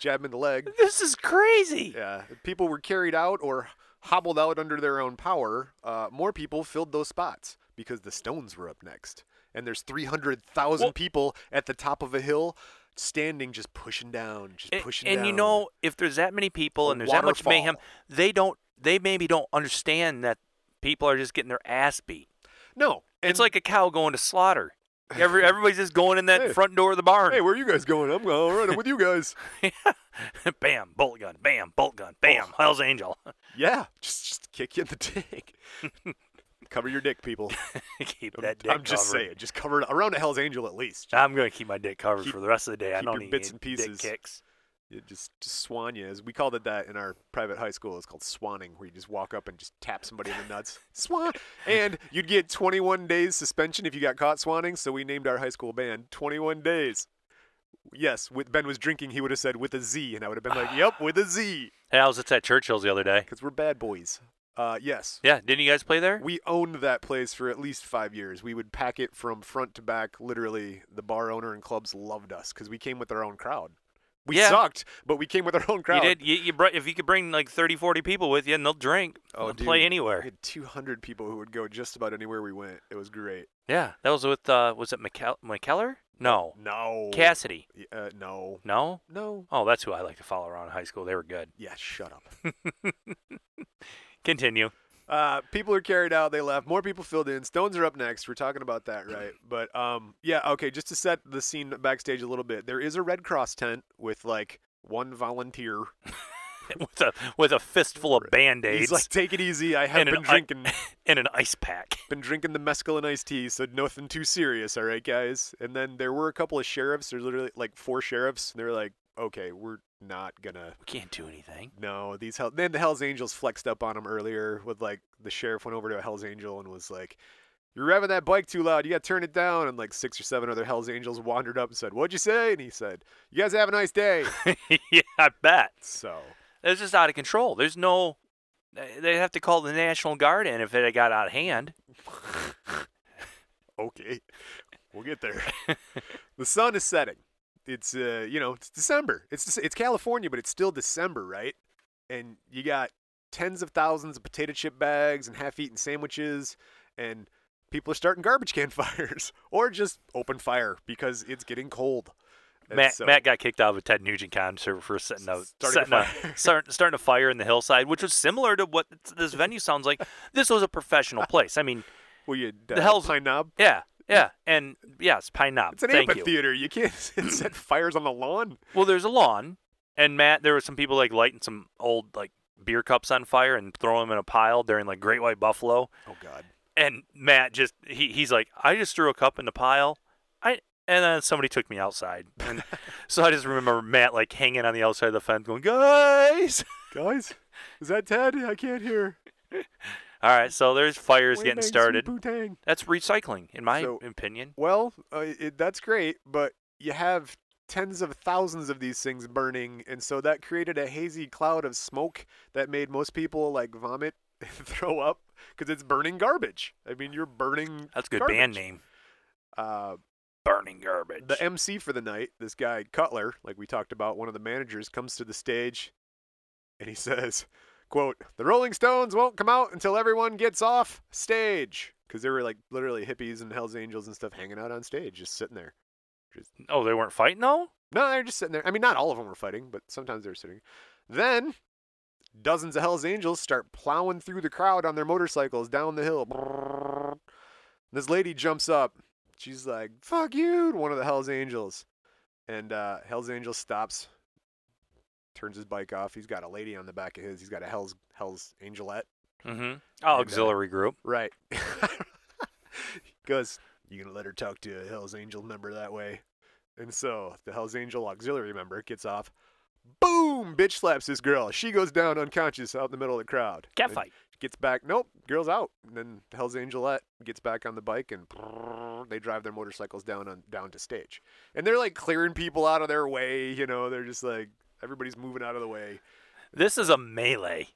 jab him in the leg.
This is crazy.
Yeah, people were carried out or hobbled out under their own power. Uh, more people filled those spots because the Stones were up next, and there's 300,000
Well-
people at the top of a hill, standing just pushing down, just
and,
pushing
and
down.
you know if there's that many people
A
and there's that much
waterfall.
mayhem they don't they maybe don't understand that people are just getting their ass beat
no, and,
it's like a cow going to slaughter Every, everybody's just going in that front door of the barn
hey, where are you guys going? I'm all right. I'm with you guys.
bam bolt gun bam bolt gun bam hell's angel
Yeah, just just kick you in the dick. cover your dick, people.
keep
I'm,
that dick
I'm just
covered.
saying, just cover it around a Hell's Angel at least.
i'm gonna keep my dick covered
Keep-
for the rest of the day i
keep
don't
your
need
bits and
dick
pieces.
kicks
It just, just swan you. As we called it that in our private high school, it's called swanning, where you just walk up and just tap somebody in the nuts. Swan. And you'd get 21 days suspension if you got caught swanning. So we named our high school band 21 Days. Yes, with Ben was drinking, he would have said with a Z, and I would have been like, "Yep, with a Z,"
hey i was at that churchill's the other day
because we're bad boys. Uh, yes,
yeah didn't you guys play there
we owned that place for at least five years. We would pack it from front to back. Literally, the bar owner and clubs loved us because we came with our own crowd. We
Yeah.
sucked, but we came with our own crowd.
you did you, you brought, if you could bring like 30 40 people with you and they'll drink
Oh,
they'll play
dude.
anywhere
We had 200 people who would go just about anywhere we went. It was great.
Yeah, that was with uh, was it McKell- McKellar? No,
No.
Cassidy.
Y- Uh, no.
No.
No.
Oh, that's who I like to follow around in high school. They were good.
Yeah, shut up.
Continue.
Uh, people are carried out. They left. More people filled in. Stones are up next. We're talking about that, right? But um, yeah, okay. Just to set the scene backstage a little bit, there is a Red Cross tent with like one volunteer.
with a with a fistful of band aids
He's like, "Take it easy. I have
And an
been
i-
drinking,
and an ice pack.
been drinking the mescaline iced tea, so nothing too serious, all right, guys." And then there were a couple of sheriffs. There's literally like four sheriffs. And they're like, "Okay, we're not gonna
We can't do anything.
No, these hell. Then the Hell's Angels flexed up on him earlier with like the sheriff went over to a Hell's Angel and was like, "You're revving that bike too loud. You got to turn it down." And like six or seven other Hell's Angels wandered up and said, "What'd you say?" And he said, "You guys have a nice day."
yeah, I bet.
so
It's just out of control. There's no. They have to call the National Guard in if it got out of hand.
okay, we'll get there. the sun is setting. It's uh, you know, it's December. It's Dec- it's California, but it's still December, right? And you got tens of thousands of potato chip bags and half-eaten sandwiches, and people are starting garbage can fires or just open fire because it's getting cold. And
Matt,
so-
Matt got kicked out of a Ted Nugent concert for setting a
Starting
setting
a
a, start, starting a fire in the hillside, which was similar to what this venue sounds like. This was a professional place. I mean,
Will you uh,
hell's-
Pine Knob?
yeah, yeah, and yes, Pine Knob.
It's an
Thank you.
amphitheater. You, can't set fires on the lawn.
Well, there's a lawn, and Matt, there were some people like lighting some old like beer cups on fire and throwing them in a pile during like Great White Buffalo.
Oh God.
and Matt just he, he's like, I just threw a cup in the pile. I and then somebody took me outside. And so I just remember Matt like hanging on the outside of the fence going, Guys
Guys, is that Ted? I can't hear.
All right, so there's fires
Way
getting
thanks,
started.
sweet Bootang.
That's recycling, in my
So-
opinion.
Well, uh, it, that's great, but you have tens of thousands of these things burning, and so that created a hazy cloud of smoke that made most people like vomit and throw up because it's burning garbage. I mean, you're burning.
That's a good
garbage.
band name.
Uh,
Burning garbage.
the MC for the night, this guy Cutler, like we talked about, one of the managers comes to the stage and he says, quote, "The Rolling Stones won't come out until everyone gets off stage." Cuz there were like literally hippies and Hells Angels and stuff hanging out on stage just sitting there.
oh, they weren't fighting though?
No, they're just sitting there. I mean, not all of them were fighting, but sometimes they were sitting. Then dozens of Hells Angels start plowing through the crowd on their motorcycles down the hill. Brrrr. This lady jumps up. She's like, fuck you, to one of the Hells Angels. And uh, Hells Angel stops, turns his bike off. He's got a lady on the back of his. He's got a Hells, Hells Angelette.
Mm-hmm.
uh,
Auxiliary group.
Right. he goes, You gonna let her talk to a Hells Angel member that way? And so the Hells Angel auxiliary member gets off. Boom! Bitch slaps this girl. She goes down unconscious out in the middle of the crowd.
Cat
And
fight.
Gets back. Nope. Girl's out. And then Hells Angelette gets back on the bike and they drive their motorcycles down on down to stage. And they're like clearing people out of their way. You know, they're just like everybody's moving out of the way.
This is a melee.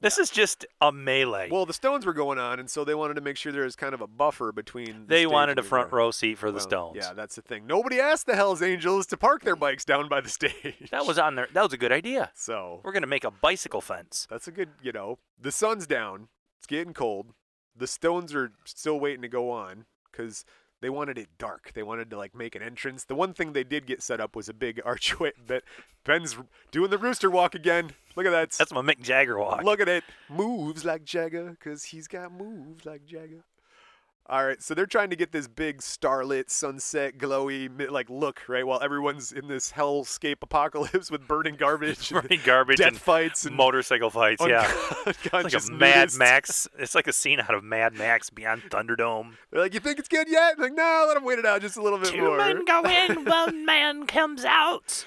This is just a melee.
Well, the Stones were going on, and so they wanted to make sure there was kind of a buffer between. the
they
stage
wanted
and
a
the
front
crowd.
row seat for the
Well,
Stones.
Yeah, that's the thing. Nobody asked the Hells Angels to park their bikes down by the stage.
That was on there. That was a good idea.
so.
We're gonna make a bicycle fence.
That's a good, you know. The sun's down. It's getting cold. The Stones are still waiting to go on because they wanted it dark. They wanted to like make an entrance. The one thing they did get set up was a big archway. But Ben's doing the rooster walk again. Look at that.
That's my Mick Jagger walk.
Look at it. Moves like Jagger because he's got moves like Jagger. All right, so they're trying to get this big starlit, sunset, glowy, mi- like look, right? While everyone's in this hellscape apocalypse with burning garbage, and
Right, garbage
death
and
fights, and
motorcycle fights.
un-
yeah, it's like
unconscious
a Mad
nudists.
Max. It's like a scene out of Mad Max Beyond Thunderdome.
They're like, "You think it's good yet?" like, no, let them wait it out just a little bit more.
go in, one man comes out.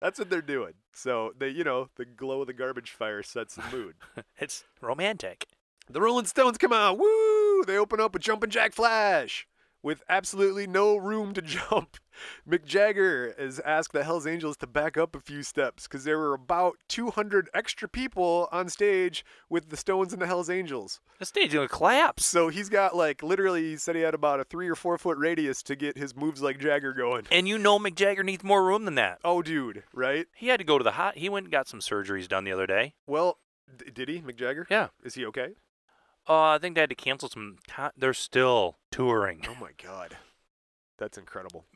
That's what they're doing. So they, you know, the glow of the garbage fire sets the mood.
It's romantic.
The Rolling Stones come out. Woo! They open up with Jumpin' Jack Flash with absolutely no room to jump. Mick Jagger has asked the Hells Angels to back up a few steps because there were about 200 extra people on stage with the Stones and the Hells Angels.
The stage gonna collapse.
So he's got like literally, he said he had about a three or four foot radius to get his moves like Jagger going.
And you know Mick Jagger needs more room than that.
Oh, dude, right?
He had to go to the hot. He went and got some surgeries done the other day.
Well, d- did he, Mick Jagger?
Yeah.
Is he okay?
Uh, I think they had to cancel some. Con- they're still touring.
Oh my God, that's incredible.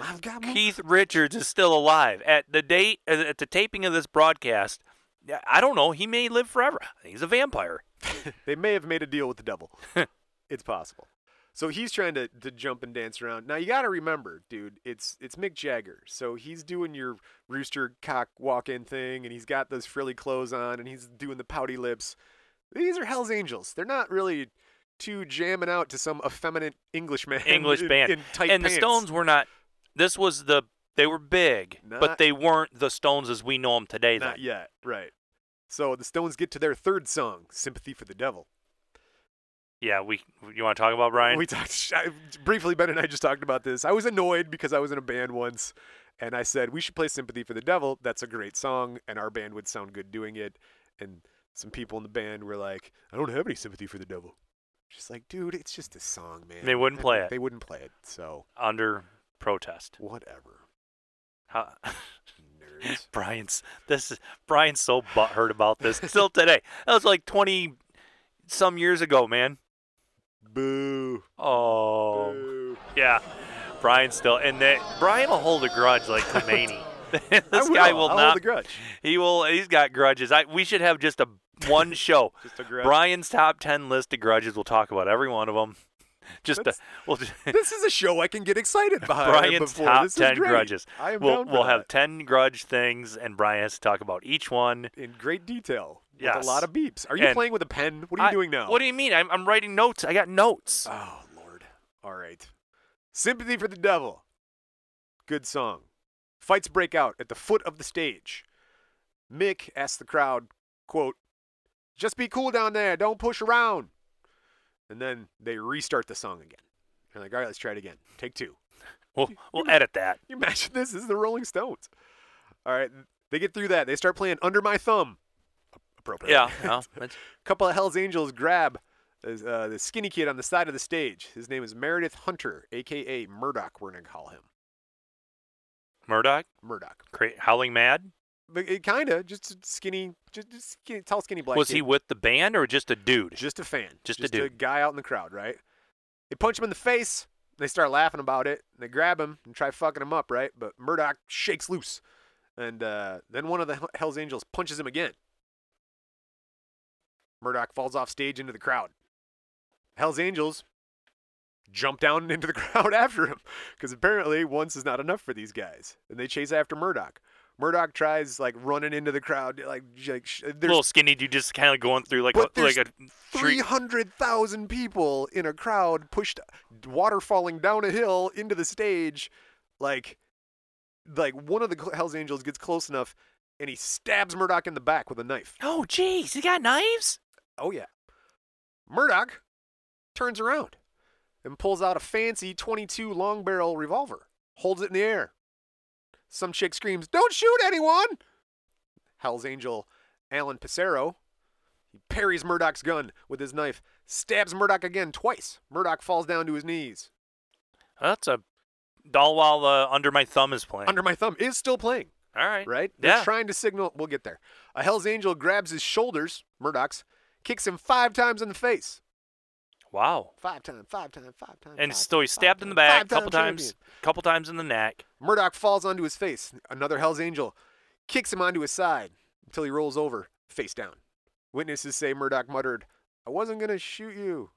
I've got mo-
Keith Richards is still alive at the date at the taping of this broadcast. yeah, I don't know. He may live forever. He's a vampire.
They may have made a deal with the devil. it's possible. So he's trying to, to jump and dance around. Now you got to remember, dude, it's it's Mick Jagger. So he's doing your rooster cock walk in thing, and he's got those frilly clothes on, and he's doing the pouty lips. These are Hell's Angels. They're not really too jamming out to some effeminate Englishman.
English
in,
band.
in tight
and
pants.
the Stones were not. This was the they were big,
Not-
but they weren't the Stones as we know them today.
Not
Then.
yet, right? So the Stones get to their third song, "Sympathy for the Devil."
Yeah, we. You want to talk about Brian?
We talked sh- I, briefly. Ben and I just talked about this. I was annoyed because I was in a band once, and I said we should play "Sympathy for the Devil." That's a great song, and our band would sound good doing it. And some people in the band were like, "I don't have any sympathy for the devil." Just like, dude, it's just a song, man.
They wouldn't play it.
They wouldn't play it. So
Under protest.
whatever,
How,
nerd. records.
Brian's this is Brian's so butthurt about this still today. That was like twenty some years ago, man.
Boo.
Oh
Boo.
yeah, Brian still and that Brian will hold a grudge like Khomeini. this
I
guy will
I'll
not.
hold a grudge.
he will. He's got grudges. I we should have just a one show.
Just a grudge.
Brian's top ten list of grudges. We'll talk about every one of them. Just to,
That's-
we'll just,
this is a show I can get excited about.
Brian's
Uh, before.
top
This is
ten
great.
grudges.
I am
we'll
down for
we'll
that.
have ten grudge things, and Brian has to talk about each one.
in great detail. With
Yes.
a lot of beeps. Are you
And-
playing with a pen? What are you
I-
doing now?
What do you mean? I'm, I'm writing notes. I got notes.
Oh Lord. All right. Sympathy for the Devil. Good song. Fights break out at the foot of the stage. Mick asks the crowd, quote, just be cool down there, don't push around. And then they restart the song again. They're like, all right, let's try it again. Take two.
We'll, we'll edit that.
Can you imagine this? This is the Rolling Stones. All right. They get through that. They start playing Under My Thumb. Appropriate.
Yeah. well, that's-
couple of Hell's Angels grab uh, the skinny kid on the side of the stage. His name is Meredith Hunter, aka Murdoch. We're gonna call him
Murdoch,
Murdoch.
cra- Howling Mad.
But it kinda just a skinny, just, just skinny, tall, skinny black.
Was
kid.
he with the band or just a dude?
just a fan?
Just a
a
dude.
guy out in the crowd, right? They punch him in the face. They start laughing about it. And they grab him and try fucking him up, right? But Murdoch shakes loose, and uh, then one of the Hell- Hell's Angels punches him again. Murdoch falls off stage into the crowd. Hell's Angels jump down into the crowd after him because apparently once is not enough for these guys, and they chase after Murdoch. Murdoch tries like running into the crowd, like, sh- like sh- there's
little skinny dude, just kind of going through like
But
a, like a
three
tree.
hundred thousand people in a crowd pushed water falling down a hill into the stage, like, like one of the Cl- Hell's Angels gets close enough, and he stabs Murdoch in the back with a knife.
Oh, jeez, he got knives.
Oh yeah, Murdoch turns around and pulls out a fancy twenty-two long barrel revolver, holds it in the air. Some chick screams, "Don't shoot anyone!" Hell's Angel Alan Pissarro. He parries Murdoch's gun with his knife, stabs Murdoch again twice. Murdoch falls down to his knees.
That's a doll while uh, under my thumb is playing.
Under my thumb is still playing,
All right.
right?
Yeah.
They're trying to signal. We'll get there. A Hell's Angel grabs his shoulders, Murdoch's, kicks him five times in the face.
wow.
Five times, five times, five times.
And
five
so
times,
he's
five
stabbed in the
times,
back a
five
couple
time
times, couple times in the neck.
champion. Murdoch falls onto his face. Another Hell's Angel kicks him onto his side until he rolls over, face down. Witnesses say Murdoch muttered, I wasn't going to shoot you.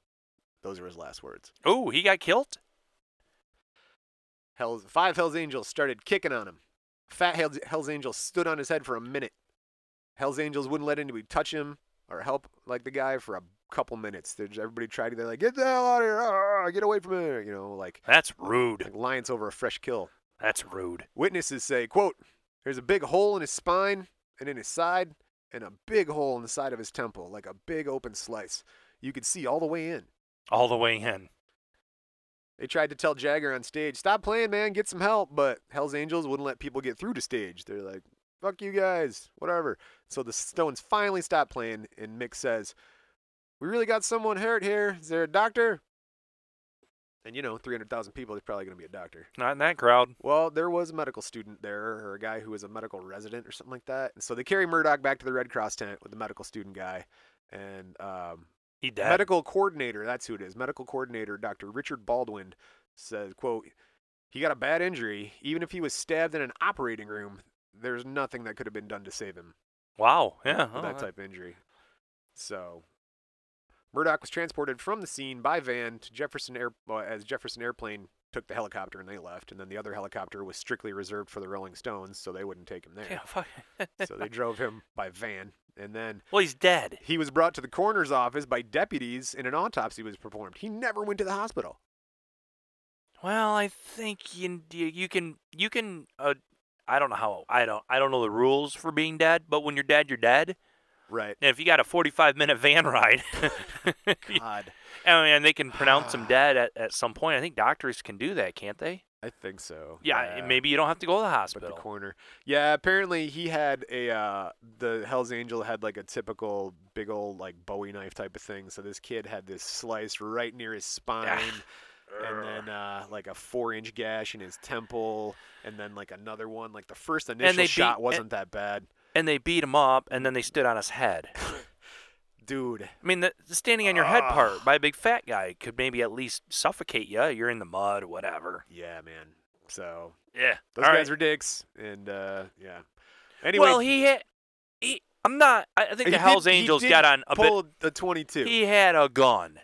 Those are his last words.
Oh, he got killed.
Hell's, five Hell's Angels started kicking on him. Fat Hell's, Hell's Angel stood on his head for a minute. Hell's Angels wouldn't let anybody touch him or help like the guy for a couple minutes. They're just, everybody tried to, they're like, get the hell out of here, ah, get away from here, you know, like,
That's rude.
like lions over a fresh kill.
That's rude.
Witnesses say, quote, there's a big hole in his spine and in his side and a big hole in the side of his temple, like a big open slice. You could see all the way in.
All the way in.
They tried to tell Jagger on stage, stop playing, man, get some help. But Hell's Angels wouldn't let people get through to stage. They're like, fuck you guys, whatever. So the Stones finally stopped playing, and Mick says, We really got someone hurt here. Is there a doctor? And you know, 300,000 people, there's probably going to be a doctor.
Not in that crowd.
Well, there was a medical student there, or a guy who was a medical resident, or something like that. And so they carry Murdoch back to the Red Cross tent with the medical student guy. And um,
He dead.
medical coordinator that's who it is medical coordinator dr richard baldwin says quote he got a bad injury even if he was stabbed in an operating room there's nothing that could have been done to save him
wow. Yeah.
with
oh,
that type of injury so murdoch was transported from the scene by van to jefferson air well, as jefferson airplane took the helicopter and they left and then the other helicopter was strictly reserved for the rolling stones so they wouldn't take him
Yeah,
there
fuck.
so they drove him by van and then
well, he's dead.
he was brought to the coroner's office by deputies and an autopsy was performed. He never went to the hospital.
Well, I think you you, you can you can uh, I don't know how I don't I don't know the rules for being dead, but when you're dead, you're dead.
Right.
And if you got a 45 minute van ride, I
God.
mean, and they can pronounce him dead at, at some point. I think doctors can do that, can't they?
I think so.
Yeah, maybe you don't have to go to the
But the
hospital.
coroner. Yeah, apparently he had a uh the Hell's Angel had like a typical big old like Bowie knife type of thing. So this kid had this slice right near his spine. and then uh, like a four-inch gash in his temple, and then like another one. Like the first initial
they
shot
beat-
wasn't that bad,
and they beat him up, and then they stood on his head.
dude.
I mean, the, the standing on your head part by a big fat guy could maybe at least suffocate you. You're in the mud, whatever.
Yeah, man. So
Yeah,
those
all
guys
right.
were dicks, and uh, yeah. Anyway,
well, he had. He, I'm not. I I think
he
the Hell's
did- he
Angels
did
got on a bit.
pulled the twenty-two. He,
He had a gun,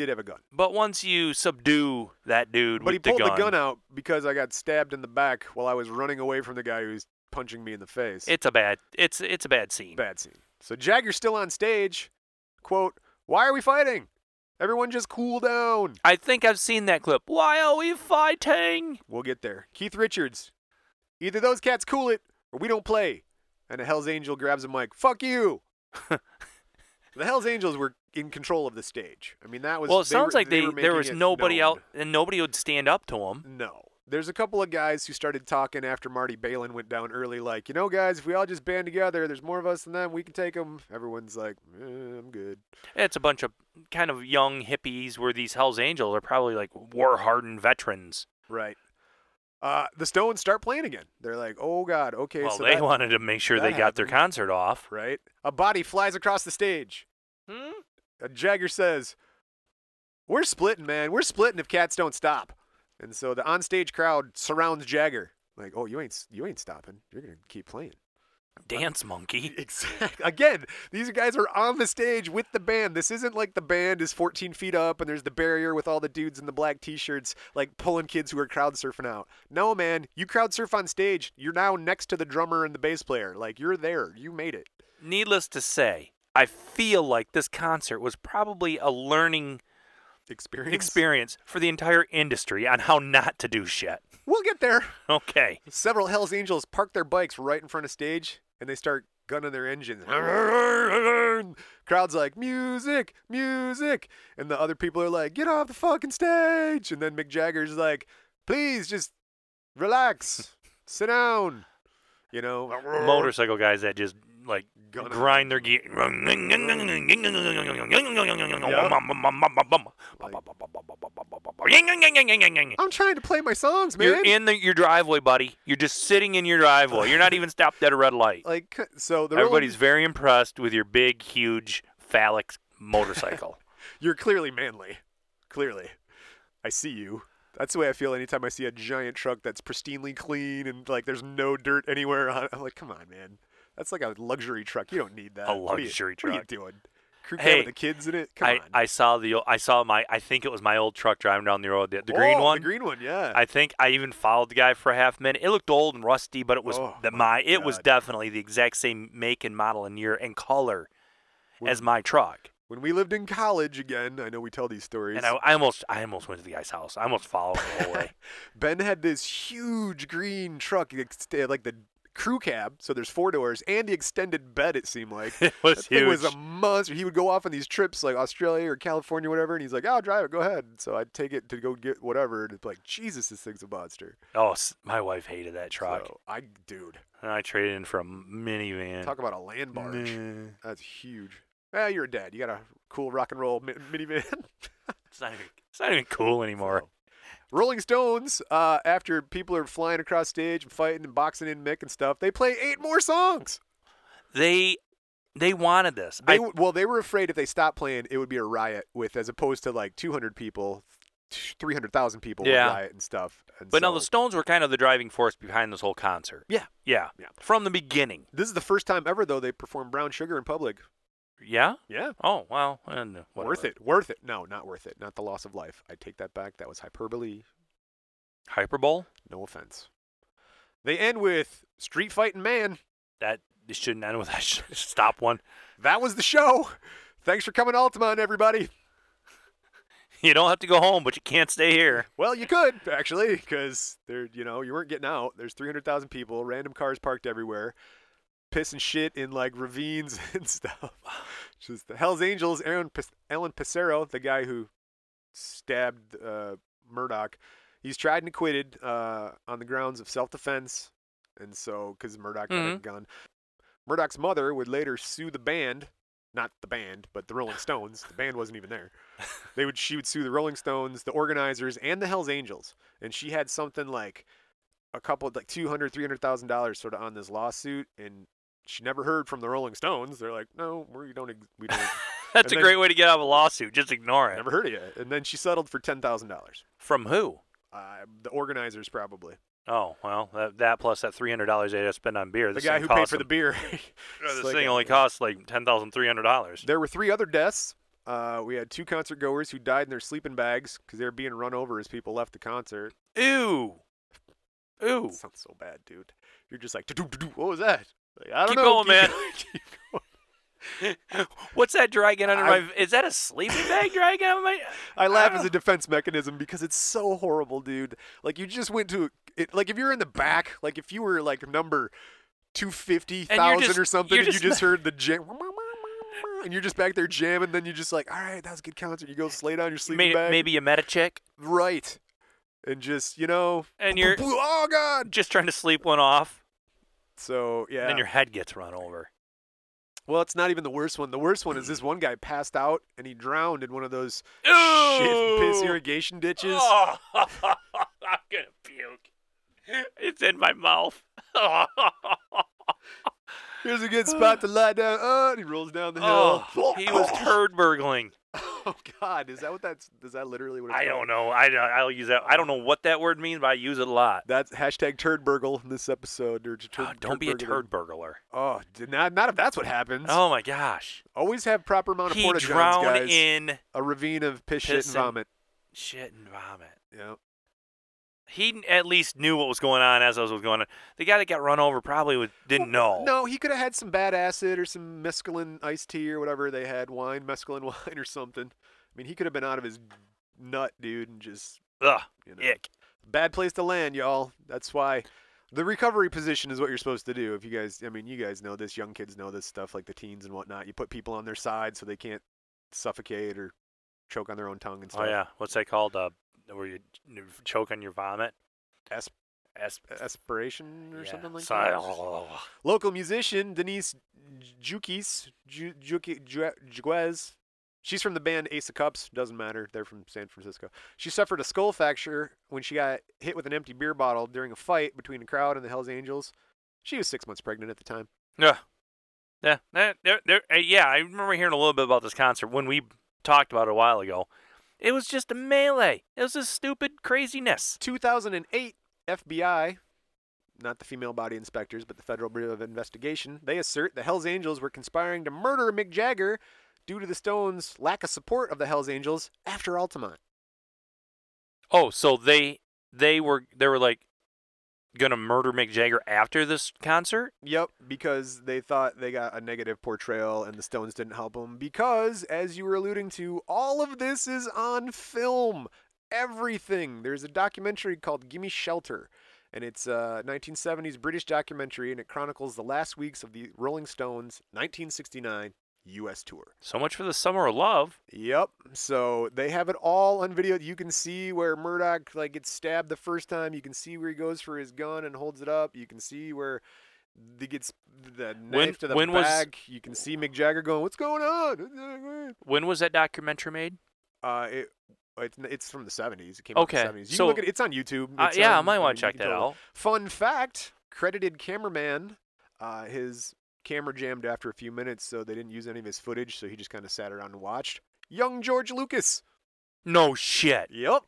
did have a gun,
but once you subdue that dude
but he
with
pulled
the gun,
out because I got stabbed in the back while I was running away from the guy who was punching me in the face.
it's a bad. It's it's a bad scene.
Bad scene. So Jagger's still on stage. Quote, Why are we fighting? Everyone just cool down.
I think I've seen that clip. Why are we fighting?
We'll get there. Keith Richards. Either those cats cool it or we don't play. And a Hell's Angel grabs a mic. Fuck you. the Hell's Angels were in control of the stage. I mean, that was.
well, it
they were-
sounds like
they,
they,
were
there
making
was
it
nobody
known.
out, and nobody would stand up to him.
No. There's a couple of guys who started talking after Marty Balin went down early, like, you know, guys, if we all just band together, there's more of us than them, we can take them. Everyone's like, eh, I'm good.
It's a bunch of kind of young hippies where these Hell's Angels are probably like war hardened veterans.
Right. Uh, the Stones start playing again. They're like, oh God, okay,
well,
so
they
that,
wanted to make sure
that
they got their
happened.
concert off.
right. A body flies across the stage.
Hmm?
Uh, Jagger says, "We're splitting, man. We're splitting if cats don't stop." And so the onstage crowd surrounds Jagger, like, "Oh, you ain't s- you ain't stopping. You're gonna keep playing."
Dance monkey.
Exactly. Again, these guys are on the stage with the band. This isn't like the band is 14 feet up and there's the barrier with all the dudes in the black t-shirts like pulling kids who are crowd surfing out. No, man, you crowd surf on stage. You're now next to the drummer and the bass player. Like you're there. You made it.
Needless to say, I feel like this concert was probably a learning
Experience.
experience for the entire industry on how not to do shit.
We'll get there.
Okay.
Several Hell's Angels park their bikes right in front of stage and they start gunning their engines. Crowd's like, music, music. And the other people are like, get off the fucking stage. And then Mick Jagger's like, please just relax, sit down. You know,
Motorcycle guys that just like
Gunning.
grind their gear.
I'm trying to play my songs, man.
You're in the, your driveway, buddy. You're just sitting in your driveway. You're not even stopped at a red light.
like, c- so the
Everybody's
Rolling-
very impressed with your big, huge, phallic motorcycle.
you're clearly manly. Clearly. I see you. That's the way I feel anytime I see a giant truck that's pristinely clean and like there's no dirt anywhere on it. I'm like, come on, man. That's like a luxury truck. You don't need that.
A
What are you-
luxury
What are you
truck.
doing? Crew cab
Hey,
with the kids in it? Come
I,
on.
I saw the o- I saw my I think it was my old truck driving down the road the, the green
Oh,
one
The green one, yeah.
I think I even followed the guy for a half minute it looked old and rusty but it was
Oh,
the,
my
my it was
God.
definitely the exact same make and model and year and color
When-
as my truck
when we lived in college again, I know we tell these stories.
and I, I almost I almost went to the guy's house I almost followed him the whole way
Ben had this huge green truck, ex- like the crew cab. So there's four doors and the extended bed. It seemed like
it was
That thing
huge
was a monster. He would go off on these trips like Australia or California, whatever, and he's like, "I'll drive it. Go ahead." So I'd take it to go get whatever, and it's like, "Jesus, this thing's a monster."
oh s- my wife hated that truck
So I, dude,
and I traded in for a minivan
talk about a land barge.
Nah,
That's huge. Ah, you're a dad. You got a cool rock and roll mi- minivan.
it's not even it's not even cool anymore
Rolling Stones. Uh, after people are flying across stage and fighting and boxing in Mick and stuff, they play eight more songs.
they they wanted this
They
I-
w well, they were afraid if they stopped playing, it would be a riot. With as opposed to like 200 people, 300,000 people
Yeah.
would riot and stuff. And
But now
so-
the Stones were kind of the driving force behind this whole concert.
Yeah.
Yeah.
Yeah.
From the beginning.
This is the first time ever, though, they performed Brown Sugar in public.
Yeah.
Yeah.
Oh well. And
Worth it. Worth it. No, not worth it. Not the loss of life. I take that back. That was hyperbole.
Hyperbole.
No offense. They end with Street Fighting Man.
That they shouldn't end with that. Should Stop one.
That was the show. Thanks for coming, Altamont, everybody.
You don't have to go home, but you can't stay here.
Well, you could, actually, because there, you know, you weren't getting out. There's 300,000 people, random cars parked everywhere, piss and shit in like ravines and stuff. Just the Hell's Angels, Aaron Pis- Alan Pissarro, the guy who stabbed uh, Murdoch, he's tried and acquitted uh, on the grounds of self defense. And so, because Murdoch had a gun. Murdoch's mother would later sue the band not the band, but the Rolling Stones. the band wasn't even there. They would she would sue the Rolling Stones, the organizers, and the Hell's Angels, and she had something like a couple like two hundred, three hundred thousand dollars sort of on this lawsuit, and she never heard from the Rolling Stones. They're like, no, we don't, ex- we don't, And
That's a
then-
great way to get out of a lawsuit. Just ignore it.
never heard of you. And then she settled for ten thousand dollars.
From who?
Uh, the organizers probably
Oh well, that, that plus that three hundred dollars they had to spend on beer.
the
This
guy
thing
who paid
cost
for the
them-
beer.
uh, This
It's like,
thing
uh,
only costs like ten thousand three hundred dollars.
There were three other deaths. Uh, we had two concert goers who died in their sleeping bags because they were being run over as people left the concert.
Ew. Ew.
Sounds so bad, dude. You're just like, "Doo-doo, doo-doo, what was that? Like, I don't
Keep
know.
going, man.
keep going.
What's that dragon under
I-
my? Is that a sleeping bag dragon on my?
I laugh as
don't-
a defense mechanism because it's so horrible, dude. Like you just went to it. Like if you're in the back, like if you were like number two fifty
just-
thousand or something,
you're
and you
just-
just heard the jam, and you're just back there jamming, then you're just like, all right, that was a good concert. You go slay down your sleeping
May-
bag,
Maybe you met a chick
right, and just you know,
and you're
oh god.
just trying to sleep one off,
So yeah,
and then your head gets run over.
well, it's not even the worst one. The worst one is this one guy passed out and he drowned in one of those
Ew.
shit piss irrigation ditches.
Oh, I'm gonna puke. It's in my mouth.
Here's a good spot to lie down. Oh, and he rolls down the hill.
Oh, he was turd burgling.
Oh God, is that what that's? Is that literally what? It's
I
called?
don't know. I I'll use that. I don't know what that word means, but I use it a lot.
That's hashtag turd burgle in this episode. Or turd,
Oh, don't be a
burglar.
turd burglar.
Oh, did not not if that's what happens.
Oh my gosh.
Always have proper amount of
He
porta johns,
drowned
guys.
in
a ravine of piss, shit,
Piss
and
and-
vomit.
shit and vomit.
Yeah.
He n- at least knew what was going on as those was going on. The guy that got run over probably was, didn't know.
No, he could have had some bad acid or some mescaline iced tea or whatever they had. Wine, mescaline wine or something. I mean, he could have been out of his nut, dude, and just
Ugh,
you know.
ick.
bad place to land, y'all. That's why the recovery position is what you're supposed to do. If you guys, I mean, you guys know this, young kids know this stuff, like the teens and whatnot. You put people on their side so they can't suffocate or choke on their own tongue and stuff.
Oh yeah, what's that called? Uh, where you you choke on your vomit?
Asp-
Asp-
Aspiration or something like
so- oh.
that. Local musician Denise Jukis, Ju- Juki- Ju- Juquez. She's from the band Ace of Cups. Doesn't matter. They're from San Francisco. She suffered a skull fracture when she got hit with an empty beer bottle during a fight between a crowd and the Hells Angels. She was six months pregnant at the time.
Yeah, yeah, there, there, there, uh, yeah. I remember hearing a little bit about this concert when we talked about it a while ago. It was just a melee. It was just stupid craziness.
2008 FBI, not the female body inspectors, but the Federal Bureau of Investigation, they assert the Hells Angels were conspiring to murder Mick Jagger due to the Stones' lack of support of the Hells Angels after Altamont.
Oh, so they they were they were like gonna murder Mick Jagger after this concert?
Yep, because they thought they got a negative portrayal and the Stones didn't help them. Because, as you were alluding to, all of this is on film. Everything. There's a documentary called Gimme Shelter, and it's a 1970s British documentary, and it chronicles the last weeks of the Rolling Stones' 1969 U.S. tour.
So much for the summer of love.
Yep. So they have it all on video. You can see where Murdoch like gets stabbed the first time. You can see where he goes for his gun and holds it up. You can see where he gets the knife to the
when was-
back. You can see Mick Jagger going, "What's going on?"
When was that documentary made?
Uh, it, it's it's from the seventies. It came out in
Okay,
the seventies. You
so-
can look at it's on YouTube.
Uh,
It's
yeah, I
on-
might
mean,
want to
you
check
can
that
totally-
out.
Fun fact: credited cameraman. Uh, his camera jammed after a few minutes, so they didn't use any of his footage. So he just kind of sat around and watched. Young George Lucas.
No shit.
Yep.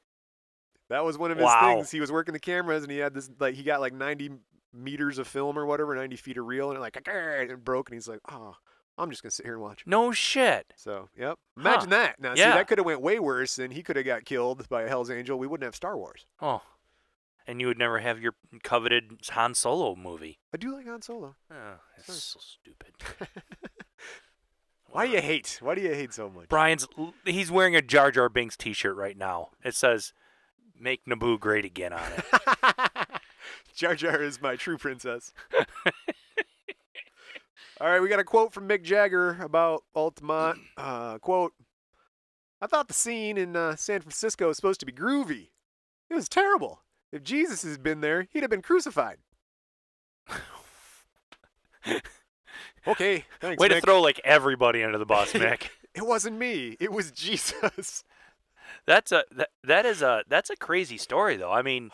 That was one of his
Wow.
things. He was working the cameras and he had this like he got like 90 meters of film or whatever, 90 feet of reel, and it like and it broke, and he's like, oh, I'm just gonna sit here and watch.
No shit.
So, yep. Imagine that. Now,
Yeah.
see, that could have went way worse, and he could have got killed by a Hell's Angel. We wouldn't have Star Wars.
Oh. And you would never have your coveted Han Solo movie.
I do like Han Solo.
Oh, that's so stupid.
Why do you hate? Why do you hate so much?
Brian's he's wearing a Jar Jar Binks t-shirt right now. It says "Make Naboo Great Again" on it.
Jar Jar is my true princess. All right, we got a quote from Mick Jagger about Altamont. Uh, quote: I thought the scene in uh, San Francisco was supposed to be groovy. It was terrible. If Jesus has been there, he'd have been crucified. Okay, thanks,
Way
Mick.
to throw like everybody under the bus, Mick.
It wasn't me. It was Jesus.
That's a that, that is a that's a crazy story though. I mean,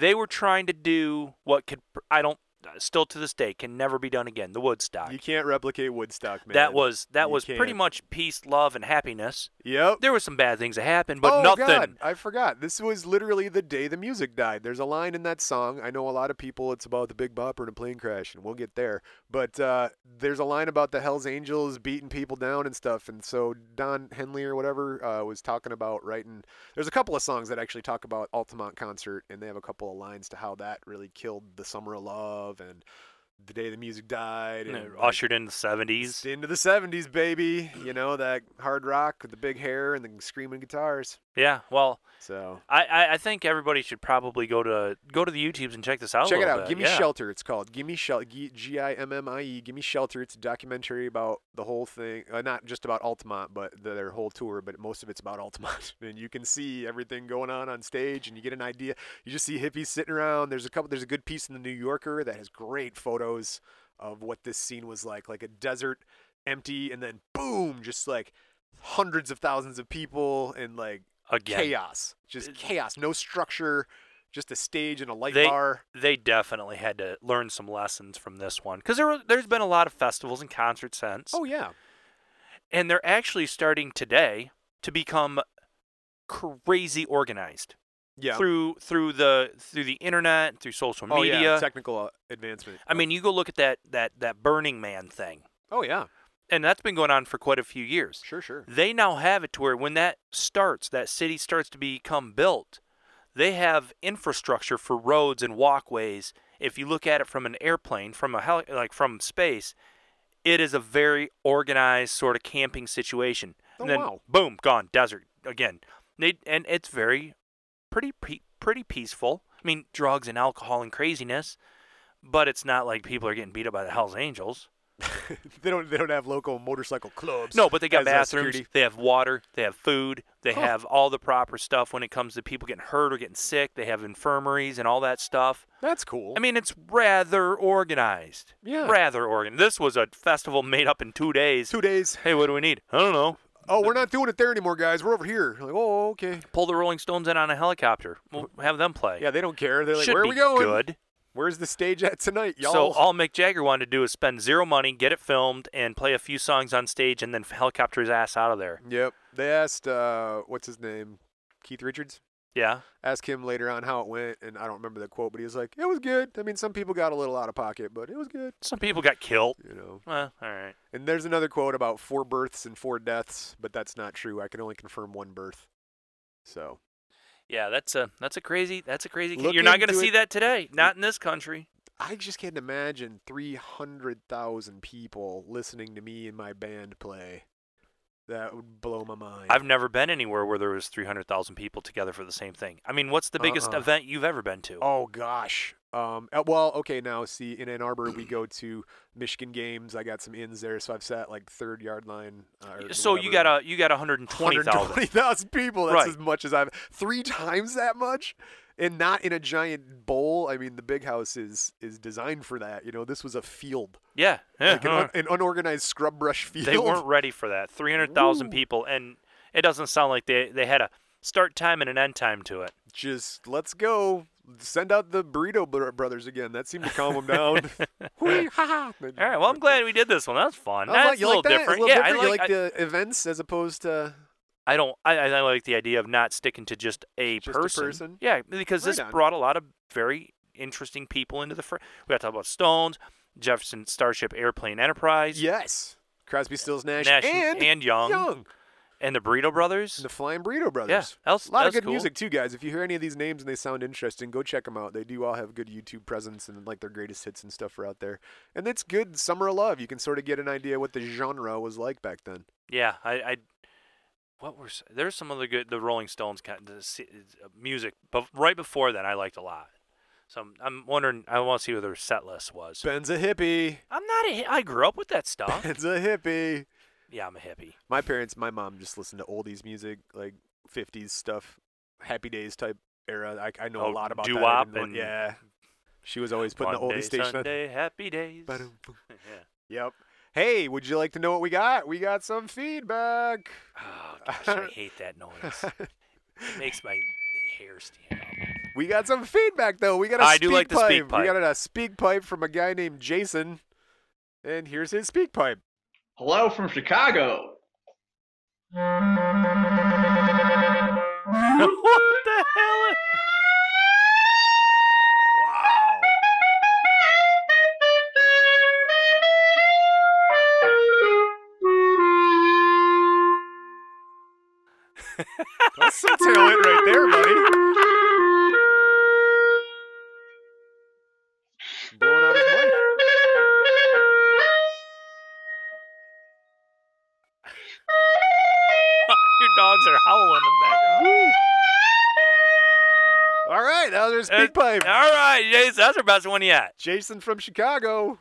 they were trying to do what could pr- I don't uh, still to this day can never be done again. The Woodstock.
you can't replicate Woodstock, man.
that was that
You
was pretty
can't.
much peace, love, and happiness.
Yep.
There were some bad things that happened, but
oh,
nothing.
God, I forgot. This was literally the day the music died. There's a line in that song. I know a lot of people, it's about the Big Bopper and a plane crash, and we'll get there. But uh, there's a line about the Hells Angels beating people down and stuff. And so Don Henley or whatever uh, was talking about writing. There's a couple of songs that actually talk about Altamont concert, and they have a couple of lines to how that really killed the Summer of Love and the day the music died.
And
And,
it
like,
ushered in the
it's
seventies.
into the 70s, baby. You know, that hard rock with the big hair and the screaming guitars.
Yeah. Well,
So
I, I I think everybody should probably go to go to the YouTubes and check this out. a
check it
little
out.
bit,
Give me
yeah.
shelter. It's called. Give me shelter. G i m m i e. Give me shelter. It's a documentary about the whole thing, uh, not just about Altamont, but the, their whole tour. But most of it's about Altamont, and you can see everything going on on stage, and you get an idea. You just see hippies sitting around. There's a couple. There's a good piece in the New Yorker that has great photos of what this scene was like, like a desert, empty, and then boom, just like hundreds of thousands of people and like
Again,
chaos, just chaos, no structure, just a stage and a light
They-
bar.
they definitely had to learn some lessons from this one because there were, there's been a lot of festivals and concerts since,
Oh yeah.
and they're actually starting today to become crazy organized
Yeah.
through through the through the internet, through social
oh,
media.
yeah. Technical uh, advancement.
I mean, you go look at that that that Burning Man thing,
Oh yeah.
and that's been going on for quite a few years.
Sure. Sure.
They now have it to where when that starts, that city starts to become built, they have infrastructure for roads and walkways. If you look at it from an airplane, from a heli- like from space, it is a very organized sort of camping situation.
Oh,
and then
wow.
boom, gone desert again. They, and it's very pretty pe- pretty peaceful. I mean, drugs and alcohol and craziness, but it's not like people are getting beat up by the Hell's Angels.
they don't. They don't have local motorcycle clubs.
No, but they got
as, Oh. uh,
bathrooms.
security.
They have water. They have food. They
Huh.
have all the proper stuff when it comes to people getting hurt or getting sick. They have infirmaries and all that stuff.
That's cool.
I mean, it's rather organized.
Yeah.
Rather organized. This was a festival made up in two days.
two days.
Hey, what do we need? I don't know.
Oh, we're not doing it there anymore, guys. We're over here. Like, oh, okay.
Pull the Rolling Stones in on a helicopter. We'll have them play.
Yeah, they don't care. They're like,
Should
where are
be
we going?
good.
Where's the stage at tonight, y'all?
So all Mick Jagger wanted to do is spend zero money, get it filmed, and play a few songs on stage, and then helicopter his ass out of there.
yep. They asked, uh, what's his name, Keith Richards.
Yeah.
Ask him later on how it went, and I don't remember the quote, but he was like, "It was good. I mean, some people got a little out of pocket, but it was good."
Some people got killed.
You know.
Well, all right.
And there's another quote about four births and four deaths, but that's not true. I can only confirm one birth. So
Yeah, that's a that's a crazy that's a crazy.
Look
You're not going to
into
see
it.
that today. Not in this country.
I just can't imagine 300,000 people listening to me and my band play. That would blow my mind.
I've never been anywhere where there was 300,000 people together for the same thing. I mean, what's the biggest
Uh-uh.
event you've ever been to?
oh gosh. Um, uh, well, okay. Now, see, in Ann Arbor, we go to Michigan games. I got some ins there, so I've sat like third yard line. Uh, or
so you got
whatever.
a you got 120,000.
120,000 people. That's
Right.
as much as I've three times that much, and not in a giant bowl. I mean, the big house is is designed for that. You know, this was a field,
Yeah. yeah. uh-huh.
like uh-huh. an, un- an unorganized scrub brush field.
they weren't ready for that. 300,000
Woo.
people and it doesn't sound like they they had a start time and an end time to it.
just let's go. Send out the burrito Bro- brothers again. That seemed to calm them down. Whee, ha, ha.
All right, well, I'm glad we did this one. That was fun.
I was
That's
like, you
a little
like that? It's
different.
A little
yeah,
different.
I
You
like, I,
the events as opposed to
I don't I, I I like the idea of not sticking to just a,
Just a person?
Yeah, because this
Right on.
brought a lot of very interesting people into the fr- we got to talk about Stones, Jefferson Starship Airplane Enterprise,
yes, Crosby, Stills, Nash,
Nash
and,
Young,
Young,
and the Burrito Brothers.
the Flying Burrito Brothers.
yeah, that was,
A lot of
that was
good
cool.
music too, guys. If you hear any of these names and they sound interesting, go check them out. They do all have good YouTube presence and like their greatest hits and stuff are out there. And it's good Summer of Love. You can sort of get an idea what the genre was like back then.
Yeah, I, I what were s- there's some other good the Rolling Stones kind the s- uh, music, but right before that I liked a lot. So I'm, I'm wondering I want to see what their set list was.
Ben's a hippie.
I'm not a hi- I grew up with that stuff.
Ben's a hippie.
yeah, I'm a hippie.
My parents, my mom just listened to oldies music, like 50s stuff, Happy Days type era. I, I know
Oh,
a lot about that. I
doo-wop
didn't know-
and-
yeah. She was always putting the
Monday,
oldies station on.
Sunday, happy days.
Ba-dum-bum.
Yeah.
Yep. Hey, would you like to know what we got? We got some feedback.
Oh gosh, I hate that noise. It makes my hair stand up.
We got some feedback though. We got a
I
speak
do like
pipe.
the speak
We
pipe.
got a speak pipe from a guy named Jason. And here's his speak pipe.
Hello from Chicago.
what the hell?
Wow. That's some talent right there, buddy. Blowing out his mic.
Your dogs are howling in the background.
Woo. All right, that was our speak pipe.
All right, Jason, that's our best one yet.
Jason from Chicago.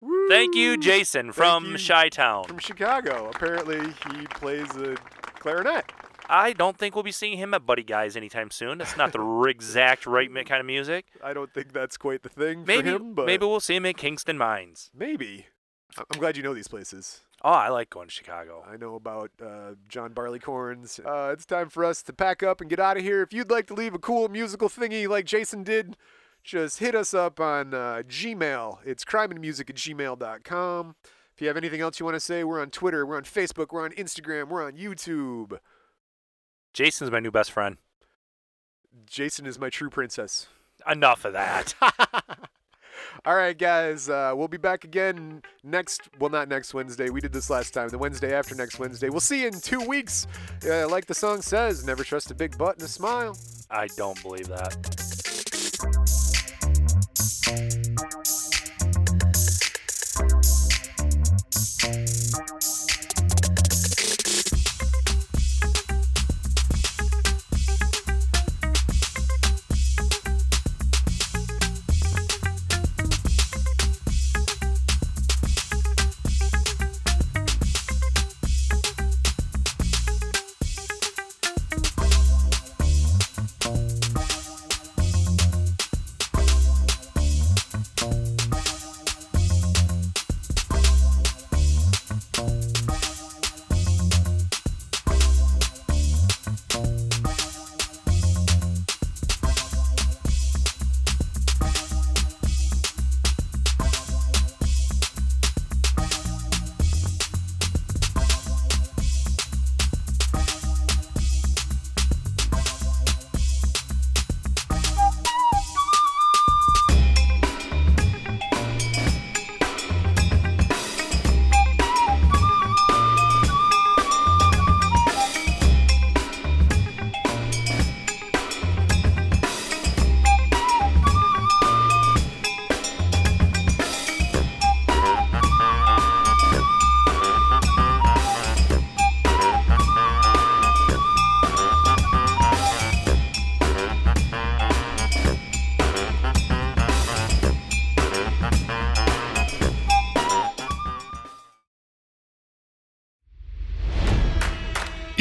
Woo.
Thank you, Jason
you.
from Chi Town.
From Chicago. Apparently, he plays the clarinet.
I don't think we'll be seeing him at Buddy Guys anytime soon. That's not the r- exact right mi- kind of music.
I don't think that's quite the thing
Maybe,
for him, but
maybe we'll see him at Kingston Mines.
maybe. I- I'm glad you know these places.
Oh, I like going to Chicago.
I know about uh, John Barleycorn's. Uh, it's time for us to pack up and get out of here. If you'd like to leave a cool musical thingy like Jason did, just hit us up on uh, Gmail. It's crimeandmusic at gmail.com. If you have anything else you want to say, we're on Twitter, we're on Facebook, we're on Instagram, we're on YouTube.
Jason's my new best friend.
Jason is my true princess.
Enough of that.
All right, guys. Uh, we'll be back again next. Well, not next Wednesday. We did this last time. The Wednesday after next Wednesday. We'll see you in two weeks. Uh, like the song says, never trust a big butt and a smile.
I don't believe that.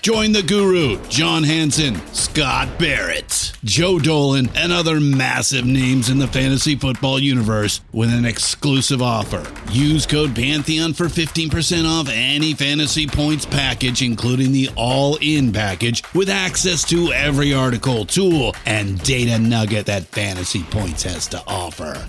Join the guru, John Hansen, Scott Barrett, Joe Dolan, and other massive names in the fantasy football universe with an exclusive offer. Use code Pantheon for 15% off any Fantasy Points package, including the all in package, with access to every article, tool, and data nugget that Fantasy Points has to offer.